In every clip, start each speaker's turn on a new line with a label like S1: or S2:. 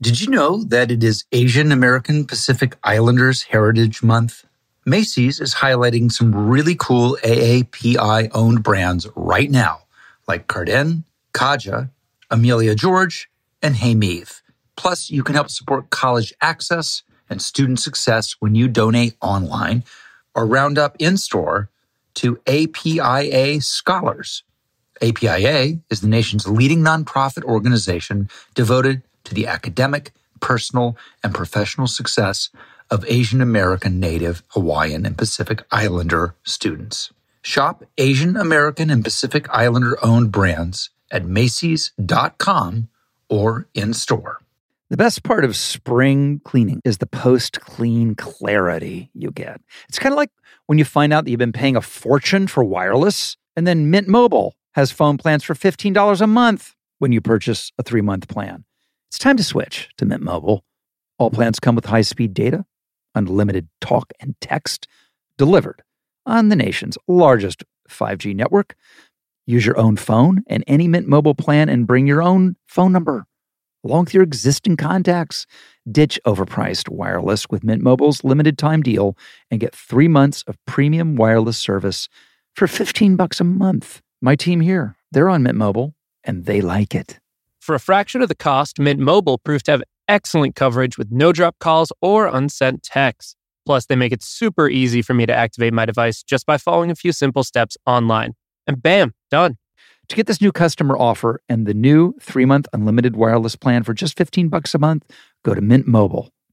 S1: Did you know that it is Asian American Pacific Islanders Heritage Month? Macy's is highlighting some really cool AAPI owned brands right now, like Carden, Kaja, Amelia George, and Hey Meave. Plus, you can help support college access and student success when you donate online or round up in store to APIA Scholars. APIA is the nation's leading nonprofit organization devoted to the academic, personal, and professional success of Asian American, Native, Hawaiian, and Pacific Islander students. Shop Asian American and Pacific Islander owned brands at Macy's.com or in store.
S2: The best part of spring cleaning is the post clean clarity you get. It's kind of like when you find out that you've been paying a fortune for wireless, and then Mint Mobile has phone plans for $15 a month when you purchase a three month plan. It's time to switch to Mint Mobile. All plans come with high speed data, unlimited talk and text delivered on the nation's largest 5G network. Use your own phone and any Mint Mobile plan and bring your own phone number along with your existing contacts. Ditch overpriced wireless with Mint Mobile's limited time deal and get three months of premium wireless service for 15 bucks a month. My team here, they're on Mint Mobile and they like it.
S3: For a fraction of the cost, Mint Mobile proves to have excellent coverage with no drop calls or unsent texts. Plus, they make it super easy for me to activate my device just by following a few simple steps online. And bam, done.
S2: To get this new customer offer and the new three-month unlimited wireless plan for just 15 bucks a month, go to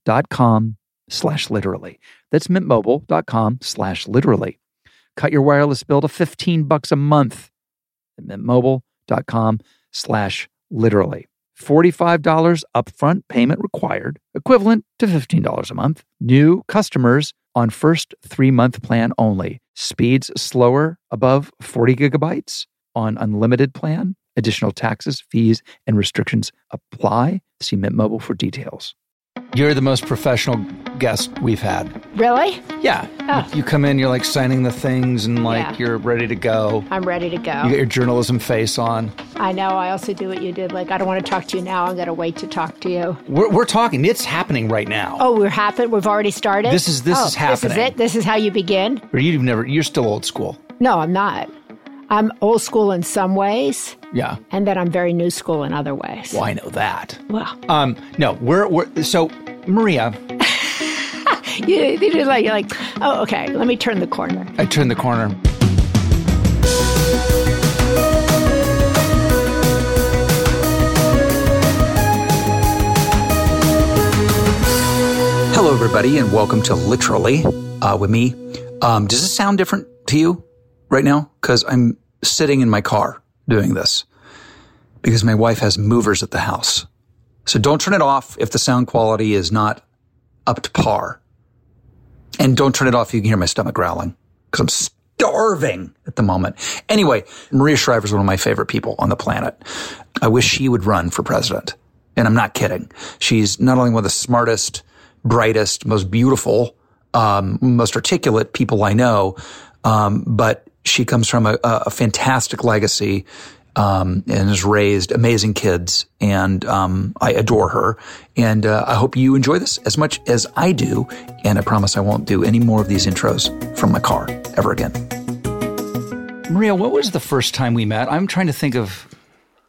S2: mintmobile.com slash literally. That's mintmobile.com slash literally. Cut your wireless bill to 15 bucks a month at mintmobile.com slash literally. $45 upfront payment required, equivalent to $15 a month. New customers on first three-month plan only. Speeds slower above 40 gigabytes on unlimited plan. Additional taxes, fees, and restrictions apply. See Mint Mobile for details.
S4: You're the most professional guest we've had.
S5: Really?
S4: Yeah.
S5: Oh.
S4: You come in, you're like signing the things and like
S5: Yeah.
S4: you're ready to go.
S5: I'm ready to
S4: You
S5: go.
S4: got your journalism face on.
S5: I know. I also do what you did. Like, I don't want to talk to you now. I'm going to wait to talk to you.
S4: We're, we're talking. It's happening right now.
S5: Oh, we're happen. We've already started.
S4: This is- this
S5: Oh,
S4: is
S5: This
S4: happening.
S5: is it. This is how you begin.
S4: Or you've never, you're still old school.
S5: No, I'm not. I'm old school in some ways,
S4: Yeah.
S5: and then I'm very new school in other ways.
S4: Well, I know that.
S5: Well,
S4: Um, no, we're, we're, so Maria,
S5: you, you do like you're like, oh, okay. Let me turn the corner.
S4: I turned the corner.
S1: Hello, everybody, and welcome to Literally uh, with me. Um, does this sound different to you right now? Because I'm sitting in my car doing this because my wife has movers at the house. So don't turn it off if the sound quality is not up to par. And don't turn it off if you can hear my stomach growling because I'm starving at the moment. Anyway, Maria Shriver is one of my favorite people on the planet. I wish she would run for president. And I'm not kidding. She's not only one of the smartest, brightest, most beautiful, um, most articulate people I know, um, but she comes from a, a a fantastic legacy um, and has raised amazing kids. And um, I adore her. And uh, I hope you enjoy this as much as I do. And I promise I won't do any more of these intros from my car ever again.
S4: Maria, what was the first time we met? I'm trying to think of.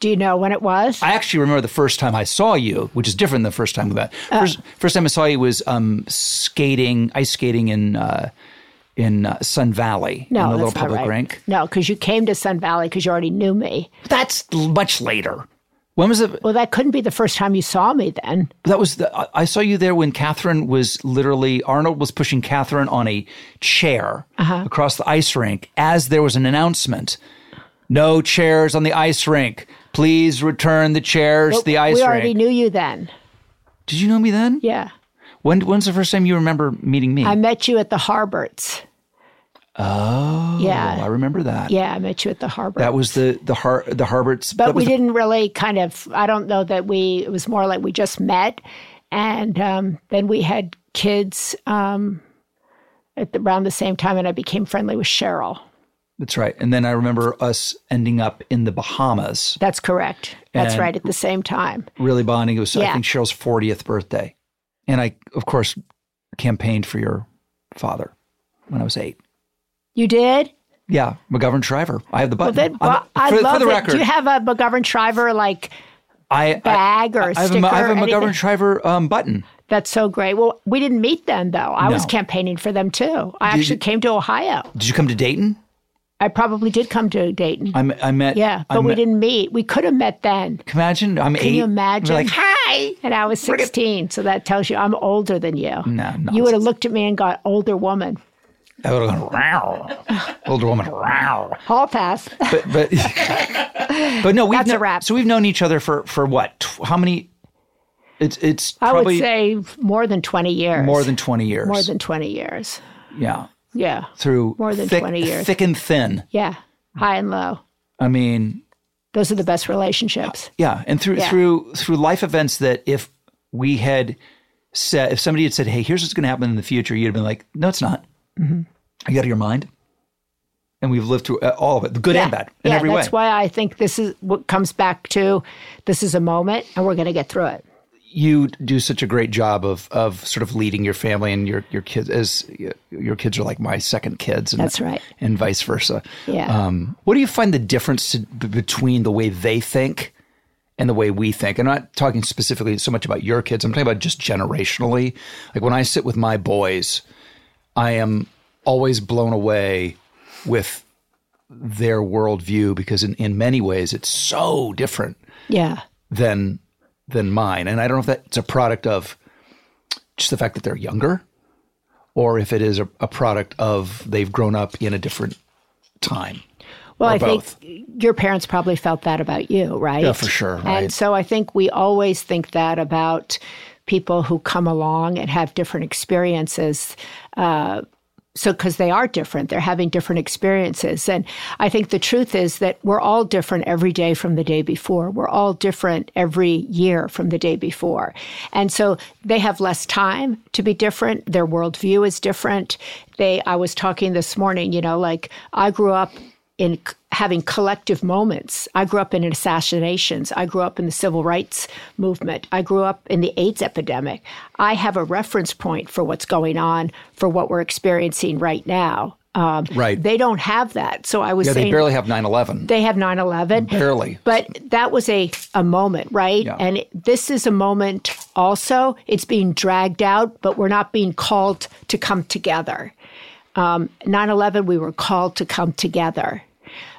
S5: Do you know when it was?
S4: I actually remember the first time I saw you, which is different than the first time we met.
S5: Uh.
S4: First, first time I saw you was um, skating, ice skating in uh, in uh, Sun Valley
S5: no,
S4: in the
S5: that's
S4: little
S5: not
S4: public
S5: right.
S4: rink.
S5: No, because you came to Sun Valley because you already knew me.
S4: That's l- much later. When was it?
S5: Well, that couldn't be the first time you saw me then.
S4: That was the. I- I saw you there when Catherine was literally Arnold was pushing Catherine on a chair
S5: Uh-huh.
S4: across the ice rink as there was an announcement. No chairs on the ice rink. Please return the chairs to the ice
S5: we
S4: rink.
S5: already knew you then.
S4: Did you know me then?
S5: Yeah.
S4: When when's the first time you remember meeting me?
S5: I met you at the Harberts.
S4: oh,
S5: Yeah.
S4: I remember that.
S5: Yeah, I met you at the Harberts.
S4: That was the the Har- the Harberts.
S5: but
S4: that
S5: we
S4: was the-
S5: didn't really kind of i don't know that we it was more like we just met and um, then we had kids um, at the, around the same time and i became friendly with cheryl
S1: That's right. And then I remember us ending up in the Bahamas,
S5: That's correct. That's
S1: And-
S5: right. At the same time.
S1: really bonding. It was, I
S5: Yeah.
S1: think, Cheryl's 40th birthday. And I, of course, campaigned for your father when I was eight.
S5: You did?
S1: Yeah, McGovern Shriver. I have the
S5: Well,
S1: button.
S5: then,
S1: I'm-
S5: well, I
S1: for,
S5: love
S1: for Uh, the
S5: it.
S1: record,
S5: Do you have a McGovern Shriver like
S1: I, I,
S5: bag or a
S1: I have a,
S5: sticker?
S1: I have a
S5: or anything?
S1: McGovern Shriver um, button.
S5: That's so great. Well, we didn't meet then, though. I was
S1: No.
S5: campaigning for them too. I actually came to Ohio.
S1: Did you come to Dayton?
S5: I probably did come to Dayton.
S1: I, m- I met.
S5: yeah,
S1: I
S5: but we
S1: met-
S5: didn't meet. We could have met then.
S1: Can you imagine? I'm eight.
S5: Can you
S1: We're
S5: imagine?
S1: Like, hi.
S5: and I was 16, so that tells you I'm older than you.
S1: No,
S5: you would have looked at me and got older woman.
S1: I would have gone, "Row." older woman, "Row."
S5: Hall pass.
S1: but but but no, we've
S5: That's a
S1: kno-
S5: wrap.
S1: So we've known each other for for what? Tw- How many? It's it's
S5: I would
S1: probably
S5: say more than 20 years.
S1: more than twenty years.
S5: more than 20 years.
S1: yeah,
S5: Yeah,
S1: through
S5: More than
S1: thick,
S5: 20 years.
S1: thick and thin.
S5: yeah. High and low.
S1: I mean,
S5: Those are the best relationships.
S1: Yeah, and through
S5: Yeah.
S1: through through life events that if we had said if somebody had said, "Hey, here's what's going to happen in the future," you'd have been like, "No, it's not.
S5: Mm-hmm.
S1: Are you out of your mind?" And we've lived through uh, all of it, the good and bad, in
S5: yeah,
S1: every way.
S5: that's why I think this is what comes back to this is a moment and we're going to get through it.
S1: you do such a great job of of sort of leading your family and your your kids as your kids are like my second kids. And,
S5: That's right.
S1: and vice versa.
S5: Yeah.
S1: Um, what do you find the difference to, b- between the way they think and the way we think? I'm not talking specifically so much about your kids. I'm talking about just generationally. Like when I sit with my boys, I am always blown away with their worldview because in, in many ways it's so different
S5: Yeah.
S1: than than mine. And I don't know if that's a product of just the fact that they're younger, or if it is a, a product of they've grown up in a different time.
S5: Well,
S1: Or
S5: I
S1: both.
S5: think your parents probably felt that about you, right?
S1: Yeah, for sure, right.
S5: And so I think we always think that about people who come along and have different experiences. Uh, so, because they are different, they're having different experiences. And I think the truth is that we're all different every day from the day before. We're all different every year from the day before. And so they have less time to be different. Their worldview is different. They, I was talking this morning, you know, like I grew up in c- having collective moments. I grew up in assassinations. I grew up in the civil rights movement. I grew up in the AIDS epidemic. I have a reference point for what's going on, for what we're experiencing right now. Um,
S1: Right.
S5: They don't have that. So I was
S1: Yeah,
S5: saying
S1: they barely have 9 11.
S5: they have 9 11.
S1: Barely.
S5: But that was a, a moment, right?
S1: Yeah.
S5: And this is a moment also. It's being dragged out, but we're not being called to come together. 9 11, we were called to come together.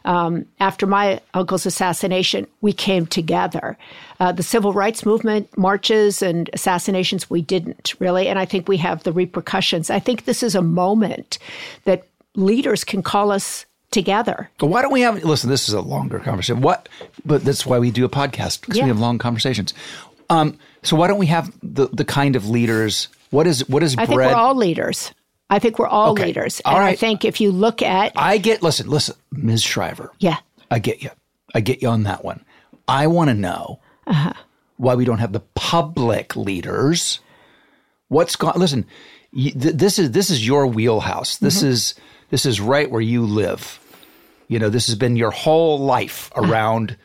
S5: Um, after my uncle's assassination, we came together. Uh, the civil rights movement, marches, and assassinations, we didn't really. And I think we have the repercussions. I think this is a moment that leaders can call us together.
S1: But why don't we have? Listen, this is a longer conversation. What? But that's why we do a podcast because
S5: Yeah.
S1: we have long conversations. Um, so why don't we have the, the kind of leaders? What is what is
S5: I think
S1: bread?
S5: we're all leaders. I think we're all
S1: Okay.
S5: leaders.
S1: All
S5: and I
S1: right.
S5: think if you look at,
S1: I get. Listen, listen, Ms. Shriver.
S5: yeah,
S1: I get you. I get you on that one. I want to know
S5: Uh-huh.
S1: why we don't have the public leaders. What's gone? Listen, you, th- this is this is your wheelhouse. This
S5: Mm-hmm.
S1: is this is right where you live. You know, this has been your whole life
S5: Uh-huh.
S1: around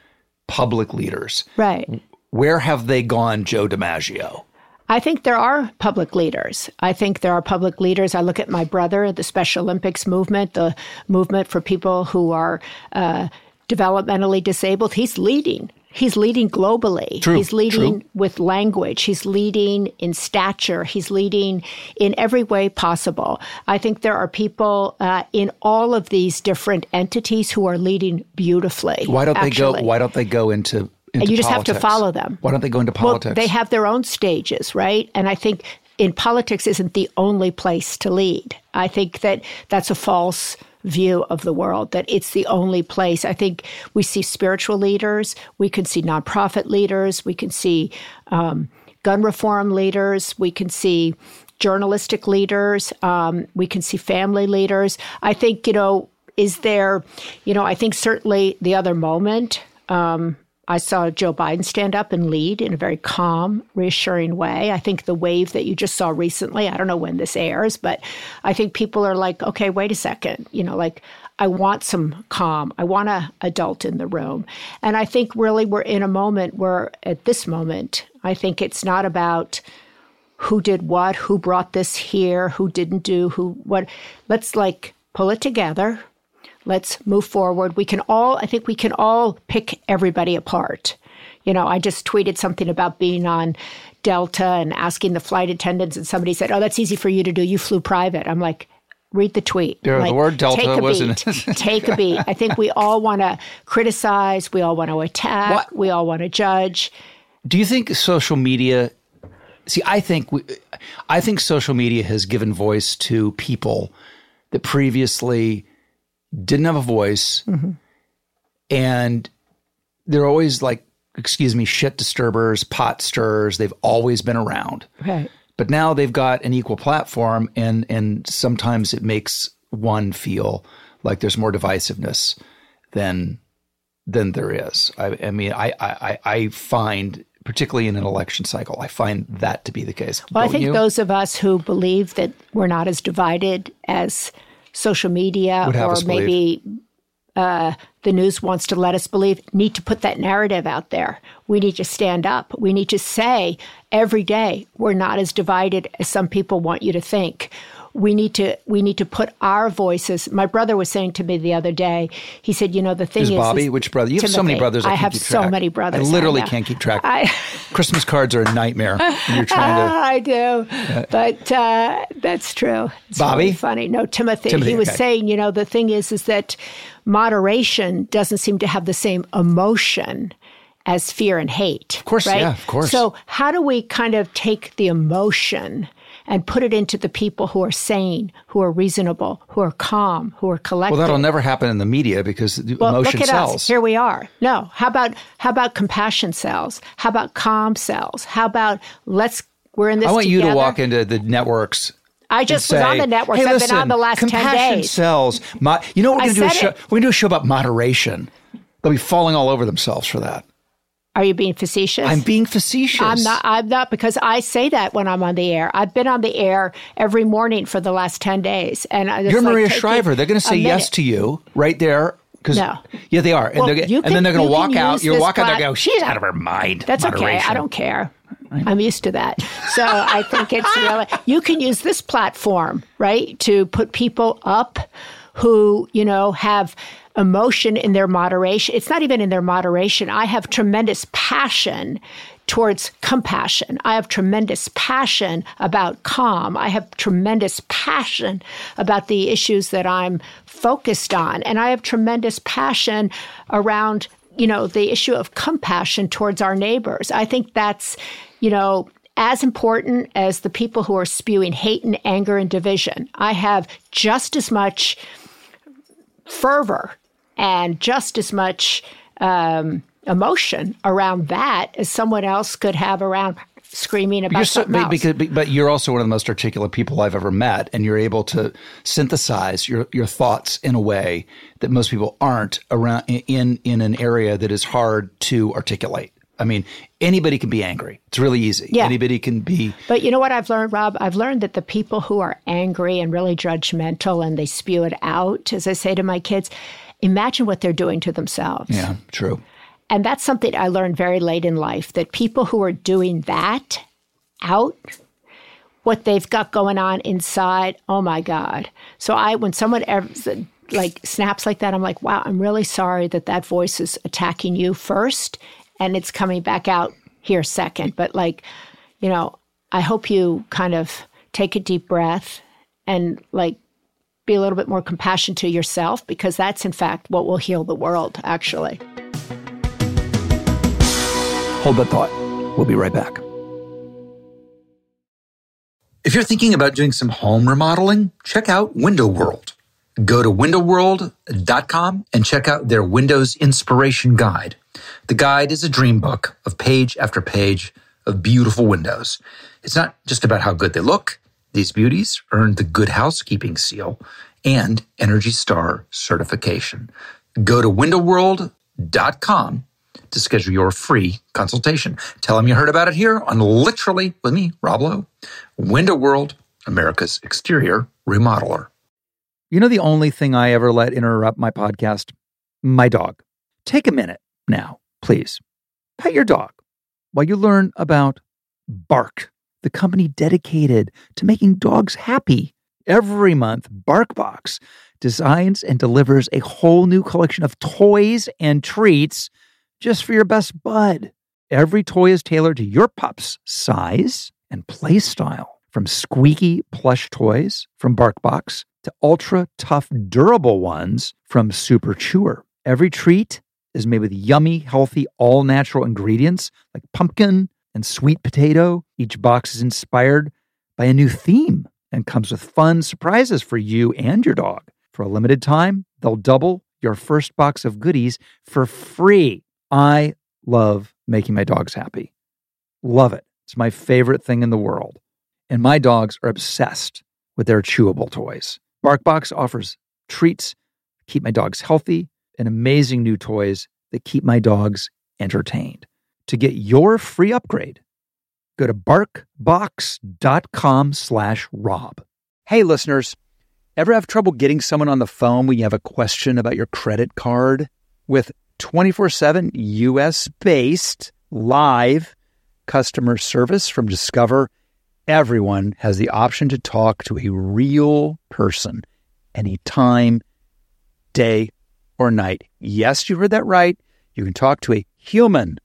S1: public leaders.
S5: right.
S1: Where have they gone, Joe DiMaggio?
S5: I think there are public leaders. I think there are public leaders. I look at my brother, the Special Olympics movement, the movement for people who are uh, developmentally disabled. He's leading. He's leading globally.
S1: True,
S5: He's leading
S1: true.
S5: with language. He's leading in stature. He's leading in every way possible. I think there are people uh, in all of these different entities who are leading beautifully.
S1: Why don't they
S5: actually.
S1: go? Why don't they go into? into
S5: you just have to
S1: politics?
S5: follow them.
S1: Why don't they go into
S5: Well,
S1: politics?
S5: they have their own stages, right? And I think in politics isn't the only place to lead. I think that that's a false view of the world that it's the only place. I think we see spiritual leaders, we can see nonprofit leaders, we can see um, gun reform leaders, we can see journalistic leaders, um, we can see family leaders. I think you know is there, you know, I think certainly the other moment I saw Joe Biden stand up and lead in a very calm, reassuring way. I think the wave that you just saw recently, I don't know when this airs, but I think people are like, okay, wait a second. You know, like, I want some calm. I want an adult in the room. And I think really we're in a moment where, at this moment, I think it's not about who did what, who brought this here, who didn't do, who what. Let's like pull it together. Let's move forward. We can all, I think we can all pick everybody apart. You know, I just tweeted something about being on Delta and asking the flight attendants, and somebody said, Oh, that's easy for you to do. You flew private. I'm like, read the tweet.
S1: Yeah, the
S5: Like,
S1: word Delta
S5: take a
S1: wasn't-
S5: beat. take a beat. I think we all want to criticize. We all want to attack.
S1: What-
S5: We all want to judge.
S1: Do you think social media? See, I think we, I think social media has given voice to people that previously didn't have a voice, and they're always like, excuse me, shit disturbers, pot stirrers. They've always been around,
S5: Right.
S1: but now they've got an equal platform, and and sometimes it makes one feel like there's more divisiveness than than there is. I, I mean, I, I, I- I find, particularly in an election cycle, I find that to be the case.
S5: Well, I
S1: Don't
S5: think
S1: you?
S5: those of us who believe that we're not as divided as social media
S1: Would have
S5: or
S1: us believe.
S5: maybe uh, the news wants to let us believe need to put that narrative out there. We need to stand up. We need to say every day we're not as divided as some people want you to think. We need to we need to put our voices. My brother was saying to me the other day. He said, "You know, the thing
S1: Is
S5: is,
S1: Bobby,
S5: is-
S1: which brother? You have so many
S5: Timothy.
S1: brothers. I,
S5: I
S1: can't
S5: have
S1: keep
S5: so
S1: track.
S5: many brothers.
S1: I literally
S5: know.
S1: can't keep track.
S5: I,
S1: Christmas cards are a nightmare. when you're trying to.
S5: I do, but uh, that's true. It's
S1: Bobby?
S5: really funny. No, Timothy.
S1: Timothy,
S5: he was
S1: okay.
S5: saying, you know, the thing is, is that moderation doesn't seem to have the same emotion as fear and hate. Of
S1: course,
S5: right?
S1: yeah, of course.
S5: So how do we kind of take the emotion? And put it into the people who are sane, who are reasonable, who are calm, who are collected.
S1: Well, that'll never happen in the media because the
S5: Well,
S1: emotion
S5: look at
S1: sells.
S5: us. Here we are. No. How about how about compassion cells? How about calm cells? How about let's we're in this
S1: I want you to
S5: together.
S1: walk into the networks.
S5: I
S1: and
S5: just was
S1: say,
S5: on the networks.
S1: Hey,
S5: I've
S1: listen,
S5: been on the last 10
S1: compassion
S5: days."
S1: sells. Mo- you know what
S5: I
S1: we're going to do? A
S5: said
S1: show,
S5: it.
S1: we're going to do a show about moderation. They'll be falling all over themselves for that.
S5: Are you being facetious?
S1: I'm being facetious.
S5: I'm not I'm not because I say that when I'm on the air. I've been on the air every morning for the last 10 days and I just
S1: You're
S5: like
S1: Maria
S5: taking
S1: Shriver. They're going to
S5: a
S1: say yes
S5: minute.
S1: to you right there. 'cause-
S5: No.
S1: Yeah, they are. And,
S5: Well,
S1: they're,
S5: you
S1: and then
S5: can-
S1: they're going
S5: you
S1: to walk
S5: can
S1: out.
S5: use
S1: You'll
S5: this
S1: walk out. They'll
S5: plat-
S1: go, she's out of her mind.
S5: That's okay. I
S1: Moderation.
S5: don't care. I'm used to that. So I think it's really, you can use this platform, right, to put people up who, you know, have emotion in their moderation. It's not even in their moderation. I have tremendous passion towards compassion. I have tremendous passion about calm. I have tremendous passion about the issues that I'm focused on. And I have tremendous passion around you know, the issue of compassion towards our neighbors. I think that's, you know, as important as the people who are spewing hate and anger and division. I have just as much fervor and just as much um, emotion around that as someone else could have around screaming about
S1: You're so,
S5: something
S1: but,
S5: else.
S1: because, but you're also one of the most articulate people I've ever met, and you're able to synthesize your, your thoughts in a way that most people aren't around in in an area that is hard to articulate. I mean, anybody can be angry. It's really easy.
S5: Yeah.
S1: Anybody can be
S5: But you know what I've learned, Rob? I've learned that the people who are angry and really judgmental and they spew it out, as I say to my kids, imagine what they're doing to themselves.
S1: yeah, true.
S5: And that's something I learned very late in life that people who are doing that out, what they've got going on inside, oh my God. So I, when someone ever, like snaps like that, I'm like, wow, I'm really sorry that that voice is attacking you first and it's coming back out here second. But like, you know, I hope you kind of take a deep breath and like be a little bit more compassionate to yourself because that's in fact what will heal the world, actually.
S1: Hold that thought. We'll be right back.
S6: If you're thinking about doing some home remodeling, check out Window World. Go to windowworld.com and check out their Windows Inspiration Guide. The guide is a dream book of page after page of beautiful windows. It's not just about how good they look, these beauties earned the Good Housekeeping Seal and Energy Star certification. Go to windowworld.com to schedule your free consultation. Tell them you heard about it here on Literally with me, Rob Lowe, Window World, America's exterior remodeler.
S2: You know, the only thing I ever let interrupt my podcast? My dog. Take a minute now, please. Pet your dog while you learn about Bark, the company dedicated to making dogs happy. Every month, Barkbox designs and delivers a whole new collection of toys and treats just for your best bud. Every toy is tailored to your pup's size and play style. From squeaky plush toys from Barkbox to ultra tough, durable ones from Super Chewer. Every treat is made with yummy, healthy, all natural ingredients like pumpkin and sweet potato. Each box is inspired by a new theme and comes with fun surprises for you and your dog. For a limited time, they'll double your first box of goodies for free. I love making my dogs happy. Love it. It's my favorite thing in the world. And my dogs are obsessed with their chewable toys. Barkbox offers treats, keep my dogs healthy, and amazing new toys that keep my dogs entertained. To get your free upgrade, go to barkbox.com slash rob.
S6: Hey, listeners, ever have trouble getting someone on the phone when you have a question about your credit card? With 24 7 US based live customer service from Discover, everyone has the option to talk to a real person anytime, day, or night. Yes, you heard that right. You can talk to a human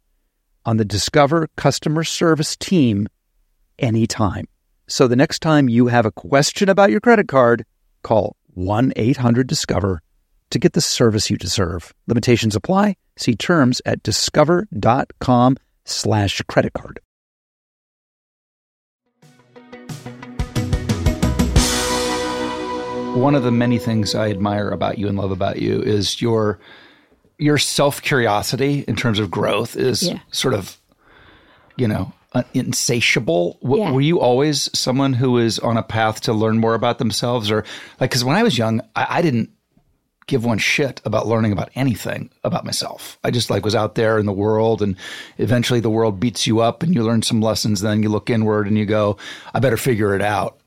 S6: on the Discover customer service team anytime. So the next time you have a question about your credit card, call 1 800 Discover to get the service you deserve. Limitations apply. See terms at discover.com slash credit card.
S1: One of the many things I admire about you and love about you is your your self curiosity in terms of growth is
S5: Yeah.
S1: sort of, you know, uh, insatiable. W-
S5: Yeah.
S1: Were you always someone who is on a path to learn more about themselves, or like? Because when I was young, I, I didn't give one shit about learning about anything about myself. I just like was out there in the world, and eventually the world beats you up, and you learn some lessons. Then you look inward and you go, "I better figure it out."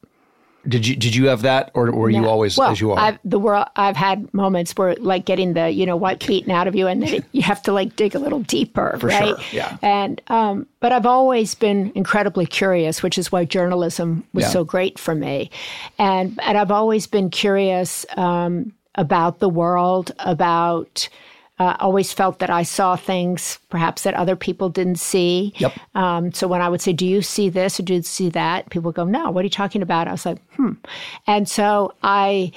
S1: Did you did you have that, or were you
S5: No.
S1: always
S5: well,
S1: as you are?
S5: I've, the world, I've had moments where like getting the, you know, what beaten out of you and then you have to like dig a little deeper, right?
S1: sure, yeah.
S5: And, um, but I've always been incredibly curious, which is why journalism was
S1: Yeah.
S5: so great for me. And, and I've always been curious, um, about the world, about, uh, always felt that I saw things perhaps that other people didn't see.
S1: Yep.
S5: Um, so when I would say, "Do you see this or do you see that?" people would go, "No, what are you talking about?" I was like, "Hmm," and so I.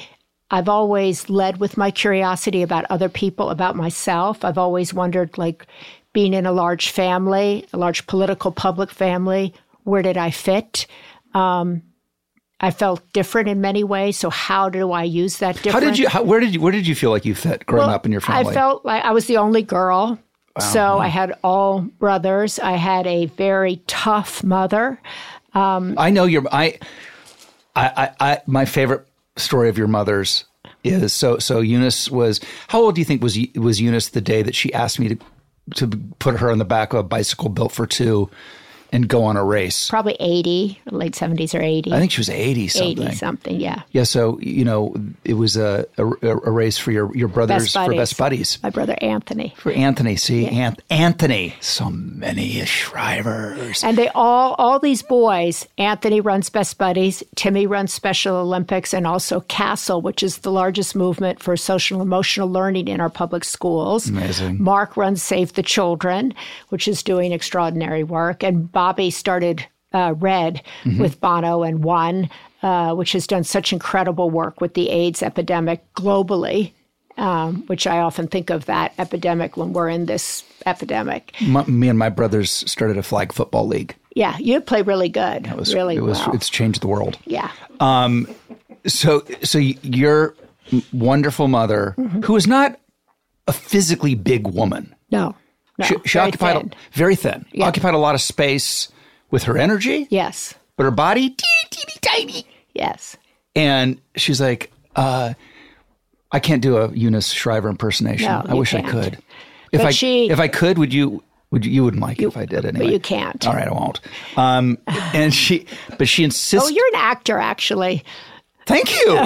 S5: I've always led with my curiosity about other people, about myself. I've always wondered, like, being in a large family, a large political public family, where did I fit? Um, I felt different in many ways. So, how do I use that difference?
S1: How did you? How, where did you? Where did you feel like you fit growing up in your family?
S5: I felt like I was the only girl. So
S1: Mm-hmm.
S5: I had all brothers. I had a very tough mother.
S1: I know your I, I, I, I, my favorite story of your mother's is so. So Eunice was how old do you think was was Eunice the day that she asked me to to put her on the back of a bicycle built for two and go on a race?
S5: Probably 80, late 70s or 80.
S1: I think she was eighty something.
S5: 80 something, yeah.
S1: Yeah, so you know it was a a, a race for your your brothers for
S5: buddies.
S1: best buddies.
S5: My brother Anthony.
S1: For Anthony, see, Anth- Anthony, so many Shrivers.
S5: And they all, all these boys, Anthony runs Best Buddies, Timmy runs Special Olympics, and also CASEL, which is the largest movement for social emotional learning in our public schools.
S1: Amazing.
S5: Mark runs Save the Children, which is doing extraordinary work. And Bobby started uh, Red with Bono and One, uh, which has done such incredible work with the AIDS epidemic globally. Um, which I often think of that epidemic when we're in this epidemic.
S1: My, me and my brothers started a flag football league.
S5: Yeah, you play really good,
S1: was-
S5: really
S1: it was,
S5: well.
S1: It's changed the world.
S5: yeah,
S1: So, so y- your m- wonderful mother,
S5: Mm-hmm.
S1: who is not a physically big woman,
S5: no, no.
S1: she, she
S5: very
S1: occupied
S5: thin.
S1: A, very thin, occupied a lot of space with her energy,
S5: yes,
S1: but her body teeny, teeny tiny.
S5: yes.
S1: And she's like, uh, I can't do a Eunice Shriver impersonation.
S5: No,
S1: I
S5: you
S1: wish I
S5: can't.
S1: could. If
S5: But
S1: I
S5: she-
S1: if I could, would you? Would you, you wouldn't like it if I did anyway?
S5: you can't.
S1: All right, I won't. Um, and she, but she insists.
S5: Oh, you're an actor, actually.
S1: Thank you.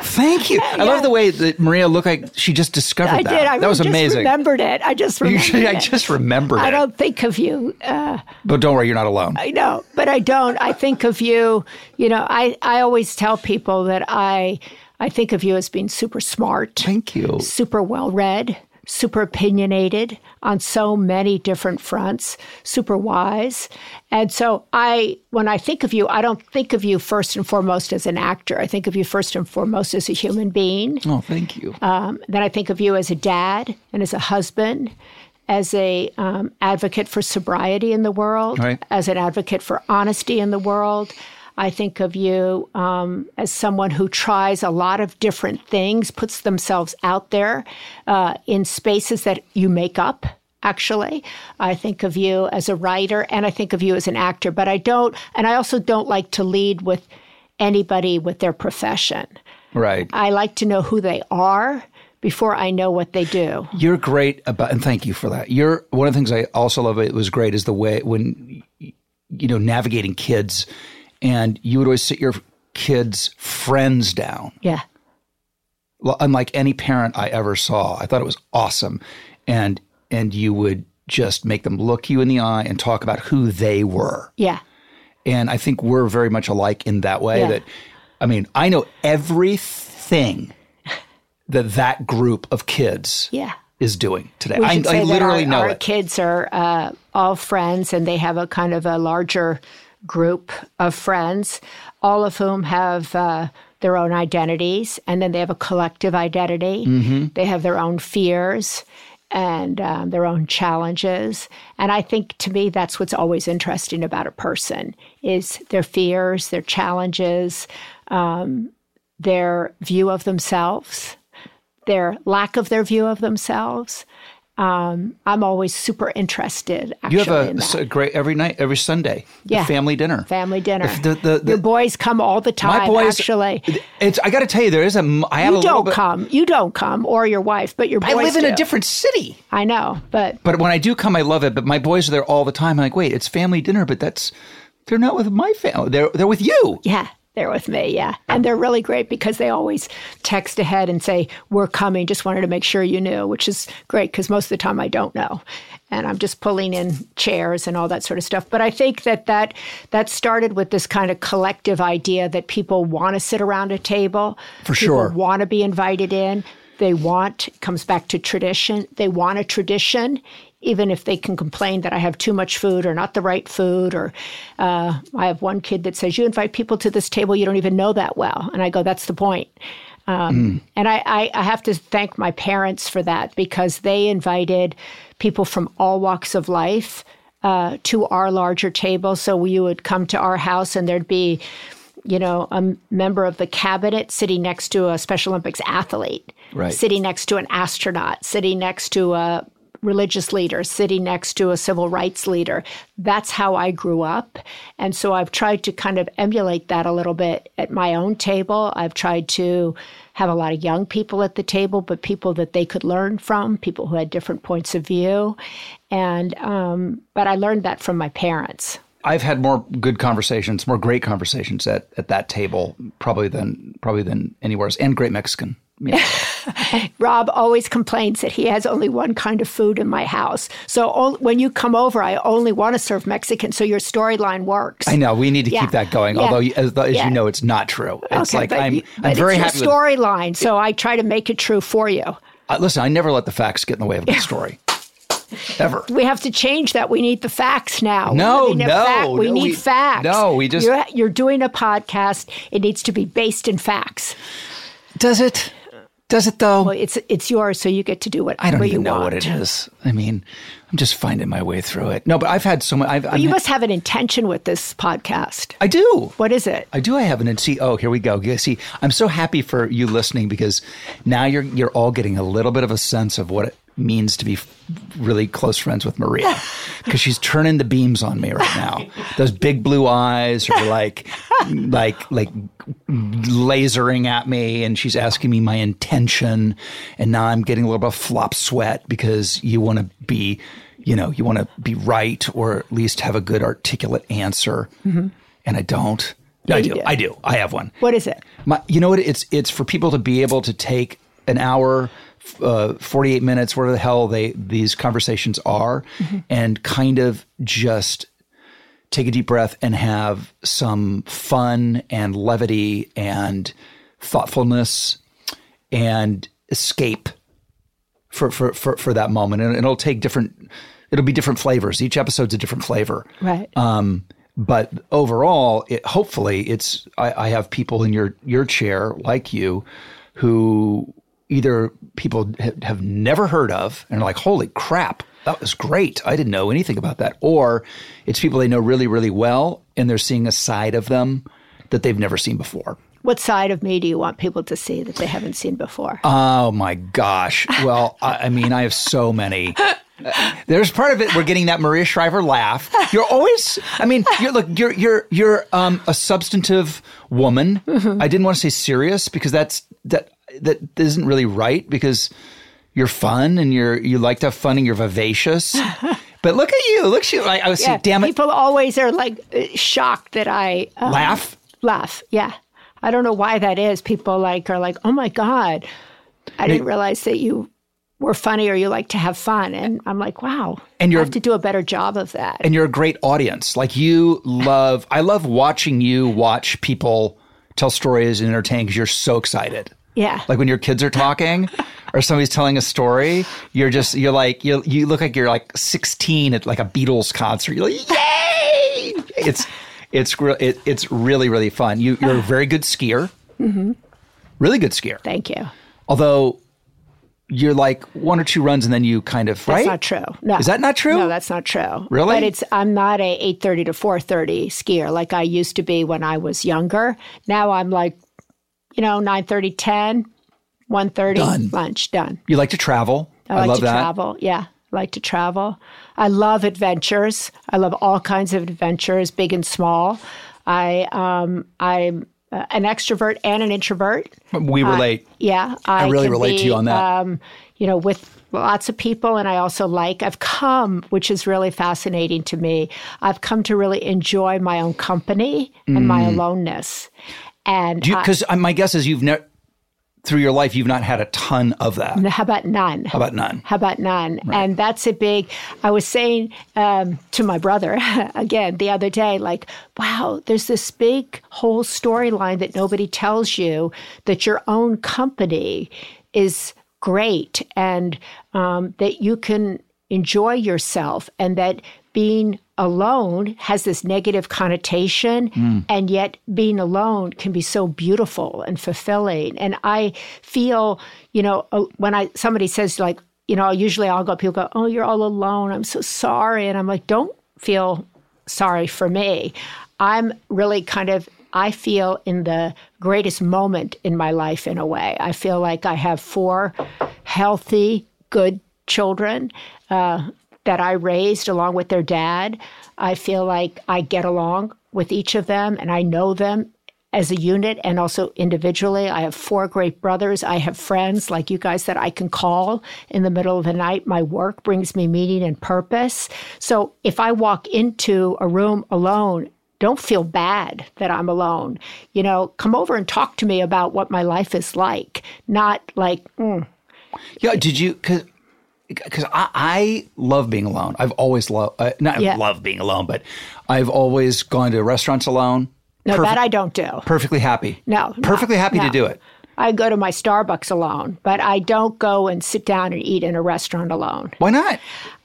S1: Thank you. I love the way that Maria looked like she just discovered
S5: I
S1: that.
S5: did. I
S1: that was
S5: just
S1: amazing.
S5: remembered it. I just
S1: You-
S5: remembered
S1: I
S5: it.
S1: just remembered
S5: I
S1: it.
S5: don't think of you. Uh,
S1: but don't worry, you're not alone.
S5: I know, but I don't. I think of you. You know, I, I always tell people that I I think of you as being super smart,
S1: Thank you.
S5: super well read, super opinionated on so many different fronts, super wise. And so I when I think of you, I don't think of you first and foremost as an actor. I think of you first and foremost as a human being.
S1: Oh, thank you.
S5: Um, then I think of you as a dad and as a husband, as a um, advocate for sobriety in the world,
S1: Right.
S5: as an advocate for honesty in the world. I think of you um, as someone who tries a lot of different things, puts themselves out there uh, in spaces that you make up. Actually, I think of you as a writer and I think of you as an actor, but I don't, and I also don't like to lead with anybody with their profession.
S1: right.
S5: I like to know who they are before I know what they do.
S1: You're great about, and thank you for that. You're one of the things I also love. It was great is the way when you know navigating kids, and you would always sit your kids' friends down,
S5: Yeah.
S1: lo- unlike any parent I ever saw. I thought it was awesome, and and you would just make them look you in the eye and talk about who they were.
S5: Yeah.
S1: And I think we're very much alike in that way.
S5: Yeah.
S1: That, I mean, I know everything that that group of kids
S5: Yeah.
S1: is doing today.
S5: We
S1: I,
S5: should say
S1: I literally
S5: that our,
S1: know
S5: our
S1: it.
S5: kids are uh, all friends and they have a kind of a larger group of friends, all of whom have uh, their own identities and then they have a collective identity.
S1: Mm-hmm.
S5: They have their own fears and um, their own challenges. And I think to me, that's what's always interesting about a person is their fears, their challenges, um, their view of themselves, their lack of their view of themselves. Um, I'm always super interested. Actually,
S1: You have
S5: in
S1: a,
S5: that.
S1: s- a great every night, every Sunday, the
S5: Yeah.
S1: family dinner.
S5: family dinner.
S1: The- the- the-
S5: Your boys come all the time.
S1: My boys,
S5: actually,
S1: it's. I got to tell you, there is a. m- I had a
S5: you
S1: little
S5: don't
S1: bit.
S5: come. You don't come, or your wife, but your boys.
S1: I live in
S5: do.
S1: a different city,
S5: I know, but
S1: but when I do come, I love it. But my boys are there all the time. I'm like, wait, it's family dinner, but that's they're not with my family. They're they're with you.
S5: yeah, they're with me. Yeah, and they're really great because they always text ahead and say we're coming. Just wanted to make sure you knew, which is great because most of the time I don't know, and I'm just pulling in chairs and all that sort of stuff. But I think that that that started with this kind of collective idea that people want to sit around a table
S1: For sure.
S5: want to be invited in. They want comes back to tradition. They want a tradition, even if they can complain that I have too much food or not the right food. Or uh, I have one kid that says, "You invite people to this table you don't even know that well," and I go, "That's the point." Um, And I, I, I have to thank my parents for that because they invited people from all walks of life uh, to our larger table. So you would come to our house and there'd be, you know, a m- member of the cabinet sitting next to a Special Olympics athlete,
S1: Right.
S5: sitting next to an astronaut, sitting next to a religious leader, sitting next to a civil rights leader. That's how I grew up. And so I've tried to kind of emulate that a little bit at my own table. I've tried to have a lot of young people at the table, but people that they could learn from, people who had different points of view. And, um, but I learned that from my parents.
S1: I've had more good conversations, more great conversations at, at that table, probably than probably than anywhere else, and great Mexican. meal.
S5: Rob always complains that he has only one kind of food in my house. So all, when you come over, I only want to serve Mexican. So your storyline works.
S1: I know we need to
S5: Yeah.
S1: keep that going.
S5: Yeah.
S1: Although, as, as
S5: Yeah.
S1: you know, it's not true. It's like
S5: but
S1: I'm
S5: you- but
S1: I'm very
S5: it's
S1: happy.
S5: Your
S1: with
S5: storyline, so I try to make it true for you.
S1: Uh, listen, I never let the facts get in the way of the story, ever.
S5: We have to change that. We need the facts now. We
S1: No,
S5: live in a
S1: no,
S5: fact- we
S1: no,
S5: need
S1: we-
S5: facts.
S1: no, we just-
S5: you're, you're doing a podcast. It needs to be based in facts.
S1: Does it? Does it though?
S5: Well, it's it's yours, so you get to do what
S1: I don't
S5: what
S1: even
S5: you
S1: know
S5: want.
S1: what it is. I mean, I'm just finding my way through it. No, but I've had so much. I've, I'm,
S5: You must have an intention with this podcast.
S1: I do.
S5: What is it?
S1: I do. I have an and see. Oh, here we go. You see, I'm so happy for you listening because now you're you're all getting a little bit of a sense of what it means to be f- really close friends with Maria because she's turning the beams on me right now. Those big blue eyes are like like like lasering at me, and she's asking me my intention, and now I'm getting a little bit of flop sweat because you want to be. You know, you want to be right or at least have a good articulate answer. And I don't. I
S5: you
S1: do.
S5: do.
S1: I do. I have one.
S5: What is it?
S1: My, you know what? It's it's for people to be able to take an hour, f- uh, forty eight minutes, whatever the hell they these conversations are, and kind of just take a deep breath and have some fun and levity and thoughtfulness and escape for for for, for that moment. And it'll take different. It'll be different flavors. Each episode's a different flavor
S5: Right.
S1: but overall, it, hopefully, it's I, I have people in your your chair like you, who either people ha- have never heard of and are like, "Holy crap, that was great! I didn't know anything about that," or it's people they know really really well and they're seeing a side of them that they've never seen before.
S5: what side of me do you want people to see that they haven't seen before?
S1: Oh my gosh! Well, I, I mean, I have so many. Uh, There's part of it we're getting that Maria Shriver laugh. You're always, I mean, you're look, you're you're you're um, a substantive woman.
S5: Mm-hmm.
S1: I didn't want to say serious because that's that that isn't really right because you're fun and you're you like to have fun and you're vivacious. but look at you, look at you. I, I was
S5: yeah,
S1: like, damn it,
S5: People always are like uh, shocked that I um,
S1: laugh.
S5: Laugh. Yeah. I don't know why that is. People like are like, oh my god, I didn't realize that you were funny or you like to have fun, and I'm like, wow.
S1: And
S5: I
S1: you're-
S5: have to do a better job of that.
S1: and you're a great audience. Like you love, I love watching you watch people tell stories and entertain because you're so excited.
S5: yeah.
S1: Like when your kids are talking or somebody's telling a story, you're just you're like you you look like you're like 16 at like a Beatles concert. You're like yay! It's it's re- it, it's really really fun. You you're a very good skier.
S5: Mm-hmm.
S1: Really good skier.
S5: Thank you.
S1: Although you're like one or two runs and then you kind of
S5: That's
S1: right.
S5: not true. No.
S1: Is that not true?
S5: No, that's not true.
S1: Really?
S5: But it's I'm not a 8:30 to 4:30 skier like I used to be when I was younger. Now I'm like you know 9:30 10 1:30
S1: Done.
S5: lunch done.
S1: you like to travel.
S5: I like
S1: love
S5: to
S1: that.
S5: travel. Yeah. I like to travel. I love adventures. I love all kinds of adventures, big and small. I um I'm uh, an extrovert and an introvert.
S1: We relate.
S5: Yeah, I,
S1: really
S5: can
S1: relate to
S5: be,
S1: you on that.
S5: Um, you know, with lots of people, and I also like I've come, which is really fascinating to me. I've come to really enjoy my own company and
S1: Mm.
S5: my aloneness, and I-
S1: because uh, my guess is you've never through your life you've not had a ton of that.
S5: how about none?
S1: How about none?
S5: How about none? And that's a big. I was saying um, to my brother again the other day, like, wow, there's this big whole storyline that nobody tells you that your own company is great and um, that you can enjoy yourself and that being alone has this negative connotation and yet being alone can be so beautiful and fulfilling and i feel you know uh, when i somebody says like you know usually i'll go people go oh you're all alone i'm so sorry and i'm like don't feel sorry for me i'm really kind of i feel in the greatest moment in my life in a way i feel like i have four healthy good children uh, that I raised along with their dad. I feel like I get along with each of them and I know them as a unit and also individually. I have four great brothers. I have friends like you guys that I can call in the middle of the night. My work brings me meaning and purpose. So if I walk into a room alone, don't feel bad that I'm alone. You know, come over and talk to me about what my life is like, not like, mm,
S1: Yeah, did you cuz because I, I love being alone. I've always loved, uh, not
S5: Yeah.
S1: love being alone, but I've always gone to restaurants alone.
S5: no,
S1: Perfect-
S5: that I don't do.
S1: perfectly happy.
S5: No, no,
S1: Perfectly happy to
S5: no.
S1: do it.
S5: I go to my Starbucks alone, but I don't go and sit down and eat in a restaurant alone.
S1: Why not?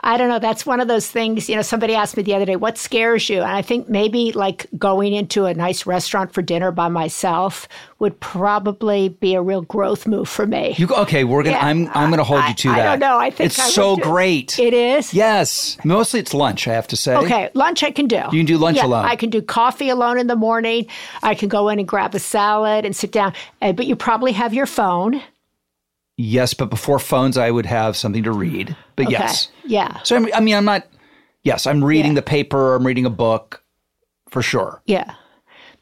S5: I don't know. That's one of those things. You know, somebody asked me the other day, what scares you? And I think maybe like going into a nice restaurant for dinner by myself would probably be a real growth move for me.
S1: You go, okay, we're going to
S5: Yeah,
S1: I'm I'm going to hold
S5: I-
S1: you to
S5: I
S1: that.
S5: don't know. I think
S1: it's
S5: I would
S1: so
S5: do-
S1: great.
S5: it is?
S1: yes. Mostly it's lunch, I have to say.
S5: Okay, lunch I can do.
S1: You can do lunch
S5: yeah,
S1: alone.
S5: I can do coffee alone in the morning. I can go in and grab a salad and sit down. Uh, but you probably have your phone.
S1: Yes, but before phones I would have something to read. But
S5: Okay.
S1: yes.
S5: Yeah.
S1: So I'm, I mean, I'm not. Yes, I'm reading
S5: Yeah.
S1: the paper. I'm reading a book, for sure.
S5: Yeah.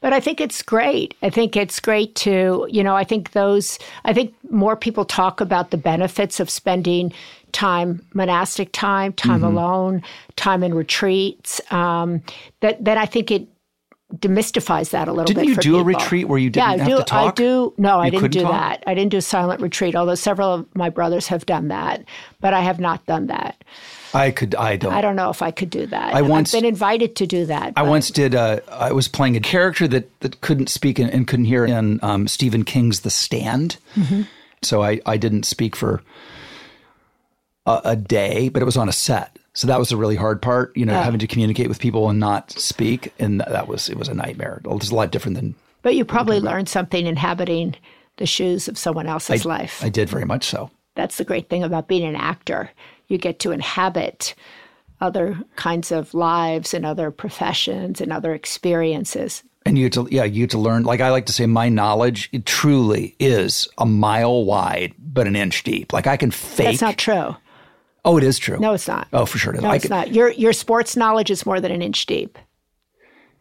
S5: But I think it's great. I think it's great to, you know, I think those, I think more people talk about the benefits of spending time, monastic
S1: Mm-hmm.
S5: time, time alone, time in retreats, um, that, that I think it demystifies that a little
S1: Didn't
S5: bit.
S1: you
S5: for
S1: do a
S5: people.
S1: retreat where you didn't
S5: yeah, I
S1: have
S5: do.
S1: to talk?
S5: I do. No, I
S1: You
S5: didn't
S1: couldn't
S5: do
S1: talk?
S5: that. I didn't do a silent retreat, although several of my brothers have done that, but I have not done that.
S1: I could. I don't.
S5: I don't know if I could do that.
S1: I once-
S5: have been invited to do that.
S1: I
S5: but-
S1: once did. Uh, I was playing a character that that couldn't speak and, and couldn't hear in um, Stephen King's The Stand. So I I didn't speak for a, a day, but it was on a set. So that was the really hard part, you know, having to communicate with people and not speak, and that was it was a nightmare. It's a lot different than
S5: but you probably learned something inhabiting the shoes of someone else's life.
S1: I did very much so.
S5: That's the great thing about being an actor. You get to inhabit other kinds of lives and other professions and other experiences.
S1: And you had to, yeah, you had to learn. Like I like to say, my knowledge it truly is a mile wide, but an inch deep. Like I can fake.
S5: That's not true.
S1: oh, it is true.
S5: No, it's not.
S1: Oh, for sure. it is.
S5: No,
S1: I
S5: it's
S1: can-
S5: not. Your your sports knowledge is more than an inch deep.